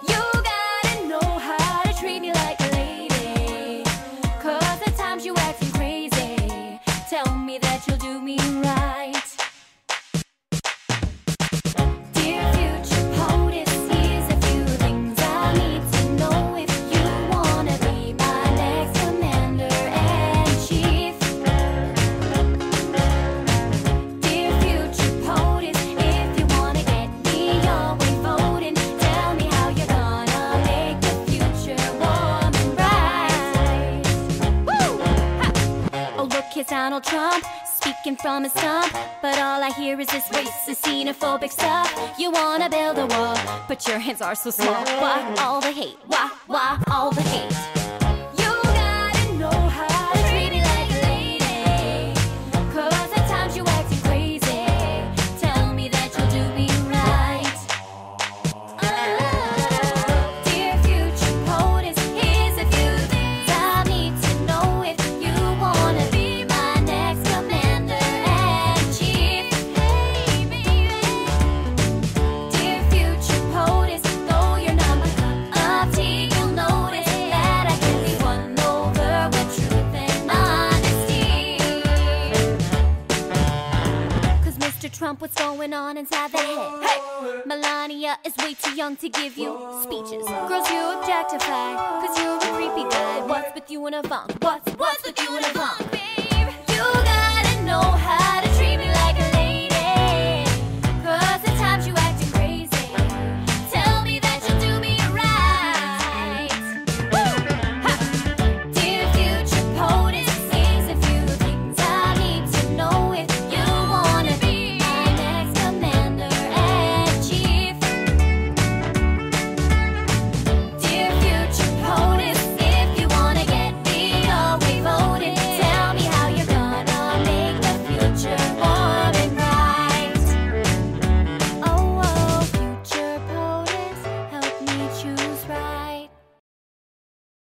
[SPEAKER 9] you gotta know how to treat me like a lady. Cause at times you acting crazy. Tell me that you'll do me right. Dear future POTUS, here's a few things I need to know if you wanna be my next commander and chief. Dear future POTUS, if you wanna get me your way voting, tell me is Oh, Donald Trump speaking from his stump. But all I hear is this racist, xenophobic stuff. You wanna build a wall, but your hands are so small. Why all the hate? Why, why all the hate? You gotta know how to treat me like a lady. Cause at times you acting crazy. Tell me that you'll do me right. Dear future POTUS, here's a few things I need to know if you wanna be my next commander and chief. Hey, baby. Dear future POTUS, though you're not my cup of tea, you'll notice that I can be won over with truth and honesty. Cause Mr. Trump, what's going on inside that head? Hey! Melania is way too young to give you speeches. Girls, you objectify, cause you're a creepy guy. What's with you and a funk? What's, what's with you and a funk? Babe, you gotta know how
[SPEAKER 2] Oh,
[SPEAKER 9] to